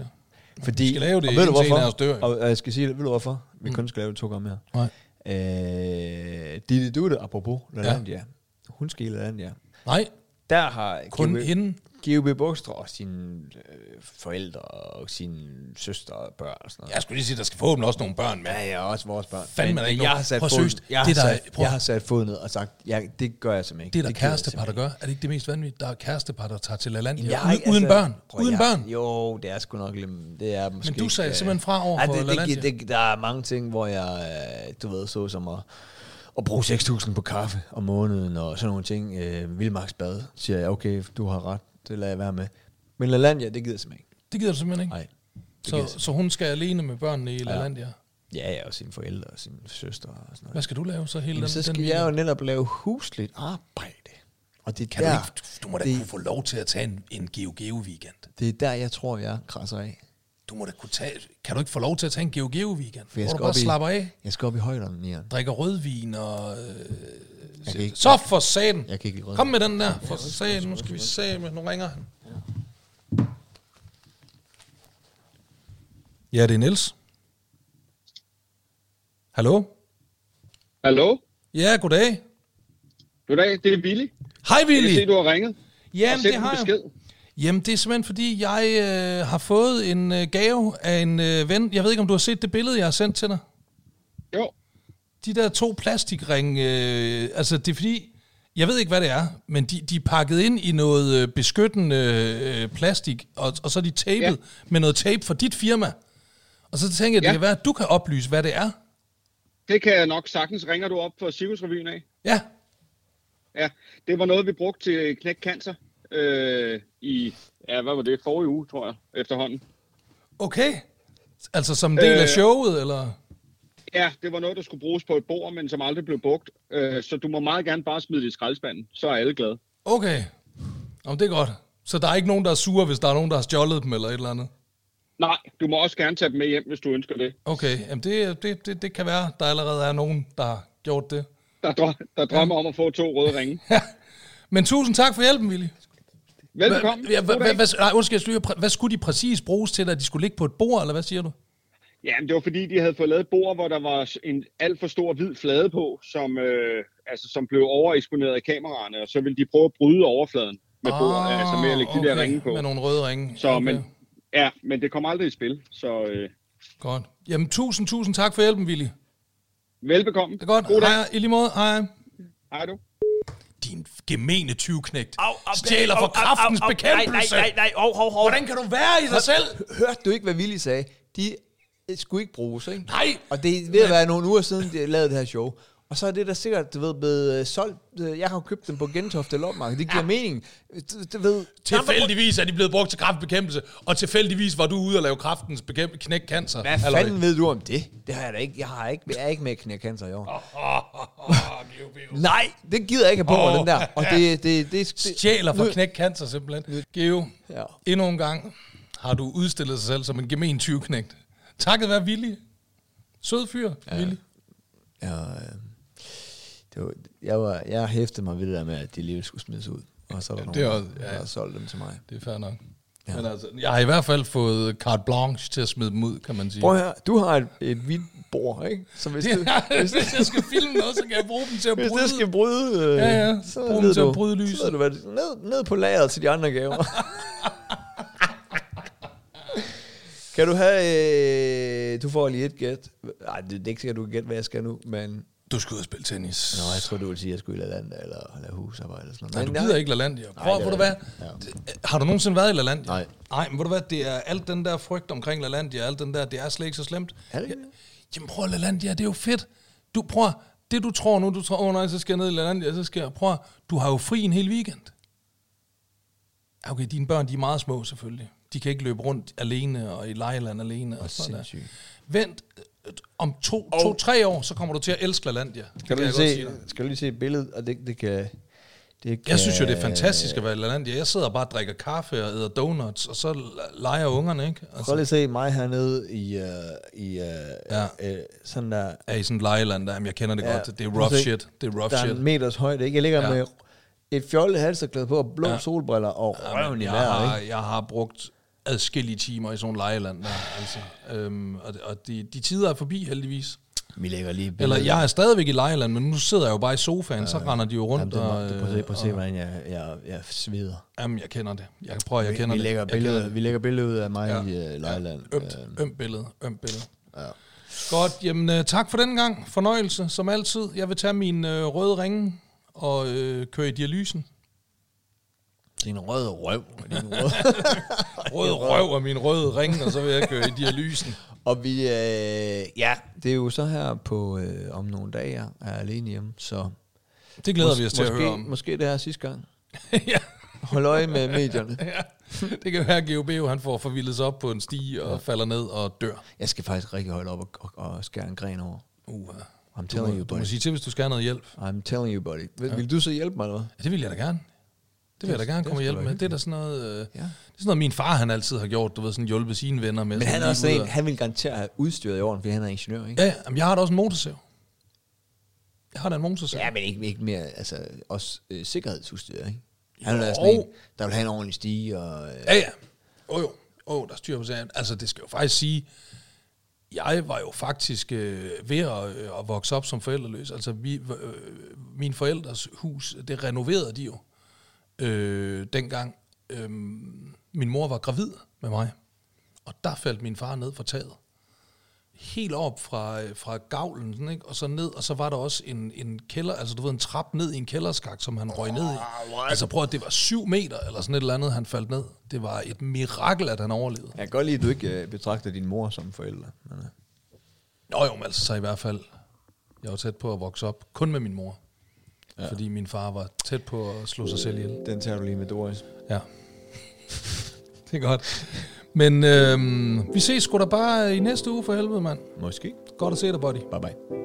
Fordi, skal lave det, og ved du indtil en af hvorfor? os dør, jo. og, og jeg skal sige det, ved du hvorfor? Vi mm. kun skal lave det to gange mere. Nej. Øh, Ditte Dutte, apropos Lalandia. Ja. Hun skal i Lalandia. Nej, Der har kun GV hende. GV Bogstrøm og sine øh, forældre og sine søstre og børn og sådan noget. Jeg skulle lige sige, der skal forhåbentlig også nogle børn med. Ja, ja, også vores børn. Fandme, der er men, ikke men nogen- jeg har sat Prøv at foden, seriøst, jeg, har det der- sat, prøv- jeg har sat foden ned og sagt, ja, det gør jeg simpelthen ikke. Det er gider der jeg kærestepar, der simpelthen gør. Er det ikke det mest vanvittige? Der er kærestepar, der tager til Lalandia ikke. Jeg uden, har ikke- uden altså, børn. prøv at- Uden jeg- børn. Jo, det er sgu nok lidt... Det er måske Men du sagde ikke, øh, simpelthen fra over ej, for det, det, Lalandia. det, det, Der er mange ting, hvor jeg, øh, du ved, så som at, at bruge 6.000 på kaffe om måneden og sådan nogle ting. Øh, Vildmarksbad, siger jeg, okay, du har ret, det lader jeg være med. Men Lalandia, det gider jeg simpelthen ikke. Det gider du simpelthen ikke. Nej. det gider jeg Så, så hun skal alene med børnene i Lalandia. Ja, ja, og sine forældre og sine søstre og sådan noget. Hvad skal du lave så hele Jamen, den, så den skal weekend? jeg jo netop lave husligt arbejde. Og det er Kan der, ja, du, ikke, du, du må da det, kunne få lov til at tage en, en GeoGeo-weekend. det er der, jeg tror, jeg krasser af. Du må da kunne tage, kan du ikke få lov til at tage en GeoGeo-weekend? For jeg Hvor skal du bare op i- slapper af, Jeg skal op i højderne, Nian. drikker rødvin og... Øh, Jeg kan ikke, så for satan! jeg kan ikke lide rødvin. Kom med den der, for satan. Nu skal vi se, men nu ringer han. Ja, det er Niels. Hallo? Hallo? Ja, goddag. Goddag, det er Billy. Hej, Jeg kan se, Willy. du har ringet og Jamen, sendt det en har jeg. besked. Jamen, det er simpelthen, fordi jeg øh, har fået en øh, gave af en øh, ven. Jeg ved ikke, om du har set det billede, jeg har sendt til dig. Jo, De der to plastikringe, øh, altså det er fordi, jeg ved ikke, hvad det er, men de, de er pakket ind i noget øh, beskyttende øh, plastik, og, og så er de tapet ja. Ja. med noget tape fra dit firma. Og så tænker jeg, det Ja. kan være, at du kan oplyse, hvad det er. det kan jeg nok sagtens. Ringer du op for Cirkusrevyen af? Ja, Ja, det var noget, vi brugte til Knæk Cancer øh, i, ja, hvad var det, forrige uge, tror jeg, efterhånden. okay. Altså som en del øh. af Øh. showet, eller? Ja, det var noget, der skulle bruges på et bord, men som aldrig blev brugt. Øh, så du må meget gerne bare smide det i skraldespanden, så er alle glade. Okay. Jamen, det er godt. Så der er ikke nogen, der er sure, hvis der er nogen, der har stjålet dem, eller et eller andet? Nej, du må også gerne tage dem med hjem, hvis du ønsker det. Okay, jamen det, det, det, det kan være, der allerede er nogen, der har gjort det. Der, drø- der drømmer om at få to røde ringe. Men tusind tak for hjælpen, Willy. Velkommen. Ja, hva- God hva- dag. hvad- nej, undskyld, jeg skal lige høre, præ- hvad skulle de præcis bruges til, at de skulle ligge på et bord, eller hvad siger du? Jamen, det var fordi, de havde fået lavet et bord, hvor der var en alt for stor hvid flade på, som, øh, altså, som blev overeksponeret af kameraerne, og så ville de prøve at bryde overfladen med bordet, Ah, altså med at lægge okay. de der ringe på. Med nogle røde ringe. Så, okay. men, ja, men det kom aldrig i spil, så øh, Godt. Jamen, tusind, tusind tak for hjælpen, Willy. Det velbekomme. er godt. God dag. Hej, i lige måde. Hej. Hej du. Din gemene tyvknægt. Stjæler for kraftens bekæmpelse. Nej, nej, nej, hov, hov, hov. Hvordan kan du være i dig selv? Hørte du ikke, hvad Willy sagde? De øh, skulle ikke bruges, ikke? Nej. Og det er ved at være nogle uger siden, de lavede det her show. Og så er det der sikkert, du ved, blevet øh, solgt. Øh, Jeg har jo købt dem på Gentofte Lopmarked. Det giver ja. mening. Du, du ved, Tilfældigvis er de blevet brugt til kraftbekæmpelse, og tilfældigvis var du ude og lave kraftens bekæmpe, knæk cancer. Hvad fanden ved du om det? Det har jeg da ikke. Jeg, har ikke, jeg er ikke med at knække cancer i år. Nej, det gider jeg ikke have på mig, Åh, den der. Og det, det, det, det Stjæler for nu- knæk cancer, simpelthen. Geo, Ja. endnu en gang har du udstillet dig selv som en gemen tyvknægt. Takket være villig. Sød fyr, ja. Willy. Og, øh, det var, jeg, var, jeg hæftede mig ved det der med, at de alligevel skulle smides ud. Og så var der det er nogen, også- der ja. ja. solgte dem til mig. Det er fair nok. Ja. Men altså, jeg har i hvert fald fået carte blanche til at smide dem ud, kan man sige. Prøv her, du har et, et hvidt bord, ikke? Så hvis, det, Ja, hvis, [LAUGHS] hvis jeg skal filme noget, så kan jeg bruge dem til at [LAUGHS] hvis bryde. det skal bryde, øh, Ja, ja. så Brug dem ved til at du- bryde lyset. Så ved du, hvad, det- ned, ned på lageret til de andre [LAUGHS] gaver. kan du have... Øh, du får lige et gæt. Nej, det, det er ikke sikkert, du kan gætte, hvad jeg skal nu, men... Du skal ud og spille tennis. Nå, jeg tror, du vil sige, at jeg skulle i Lalanda eller, eller husarbejde eller sådan noget. Nej, du Men jeg- gider ikke LaLandia. Prøv, Nej, Nej, ved du det er hvad? Ja. Har du nogensinde været i LaLandia? Nej. Nej, men ved du hvad? Det er alt den der frygt omkring LaLandia, alt den der, det er slet ikke så slemt. Er det ikke det? Jamen prøv at LaLandia, det er jo fedt. Du prøver, det du tror nu, du tror, åh oh, nej, så skal jeg ned i LaLandia, så skal jeg, prøv, at- du har jo fri en hel weekend. Okay, dine børn, de er meget små selvfølgelig. De kan ikke løbe rundt alene og i lejeland alene. Og sådan der. sindssygt. Vent øh, om to, to, tre år, så kommer du til at elske LaLandia. Det Skal du kan lige jeg godt sige dig. se, skal du lige se et billede, og det, det kan... Det kan Jeg synes jo, det er fantastisk at være i Lalandia. Jeg sidder og bare og drikker kaffe og æder donuts, og så le- leger ungerne, ikke? Prøv lige Altså, at se mig hernede i, uh, i uh, ja. uh, sådan der... er i sådan et lejeland der? Jamen, jeg kender det ja, godt. Det er prøv at rough se. shit. Det er rough der shit. er en meters højde, ikke? Jeg ligger Ja. ja. med et fjollet halserklæde på, og blå Ja. ja. solbriller, og røven i jeg, vejret, har, ikke? jeg har brugt adskillige timer i sådan et lejeland der, altså. Øhm, og og de, de tider er forbi, heldigvis. Vi lægger lige Eller billedet. jeg er stadigvæk i lejeland, men nu sidder jeg jo bare i sofaen, så render de jo Jamen, rundt. det er nok- og, du prøv at se, øh, prøv at se, hvordan jeg, jeg, jeg sveder. Jamen, jeg kender det. Jeg prøver, jeg Vi, kender vi, det. lægger Jeg kender billeder, det. vi lægger billeder ud af mig Ja. ja. i uh, Lejland. Ømt, Øhm, ømt billede, ømt billede. Ja. Godt, jamen øh, tak for den gang. Fornøjelse, som altid. Jeg vil tage min øh, røde ringe og øh, køre i dialysen. Din røde [LAUGHS] røv. Din røde. Rød røv og min røde ringe, og så vil jeg køre i dialysen. Og vi, øh, ja, det er jo så her på, øh, om nogle dage, jeg er alene hjemme, så... Det glæder mås- vi os til at måske, høre om. [LAUGHS] Måske det her sidste gang. ja, Hold øje med [LAUGHS] medierne. ja. Det kan være, at GOB han får forvildet sig op på en stige og falder ned og dør. Jeg skal faktisk rigtig højt op og, og, og skære en gren over. Uh, I'm du, telling må, you, du må buddy. sige til, hvis du skal have noget hjælp. I'm telling you, buddy. Vil, vil du så hjælpe mig, eller hvad? Ja, det vil jeg da gerne. Det vil jeg da gerne det komme og skulle hjælpe være med. Det er da sådan noget, øh, ja. det er Ja. sådan noget, min far han altid har gjort, du ved, sådan hjulpet sine venner med. Men sådan han er lige også ud en, og- han vil garanteret have udstyret i orden, fordi han er ingeniør, ikke? Ja, ja, jamen, jeg har da også en motorsav. Jeg har da en motorsav. Ja, men ikke, ikke mere, altså også øh, sikkerhedsudstyr, ikke? Han er da sådan Jo. en, der vil have en ordentlig stige, og øh, Ja, ja. Åh oh, jo. Åh, oh, der er styr på sagen. Altså, det skal jo faktisk sige, jeg var jo faktisk øh, ved at, øh, at vokse op som forældreløs. Altså, vi, øh, mine forældres hus, det renoverede de jo øh, dengang. Øh, min mor var gravid med mig, og der faldt min far ned fra taget. Helt op fra, øh, fra gavlen, sådan, ikke? og så ned, og så var der også en, en kælder, altså du ved, en trap ned i en kælderskak, som han røg ned i. Altså prøv at det var syv meter, eller sådan et eller andet, han faldt ned. Det var et mirakel, at han overlevede. jeg kan godt lide, at du ikke øh, betragter din mor som forælder. Men, øh. Nå jo, men altså så i hvert fald, jeg var tæt på at vokse op, kun med min mor. Ja. Fordi min far var tæt på at slå sig selv ihjel. Den tager du lige med Doris. Ja. [LAUGHS] det er godt. Men øhm, vi ses sgu da bare i næste uge for helvede, mand. Måske. Godt at se dig, buddy. Bye bye.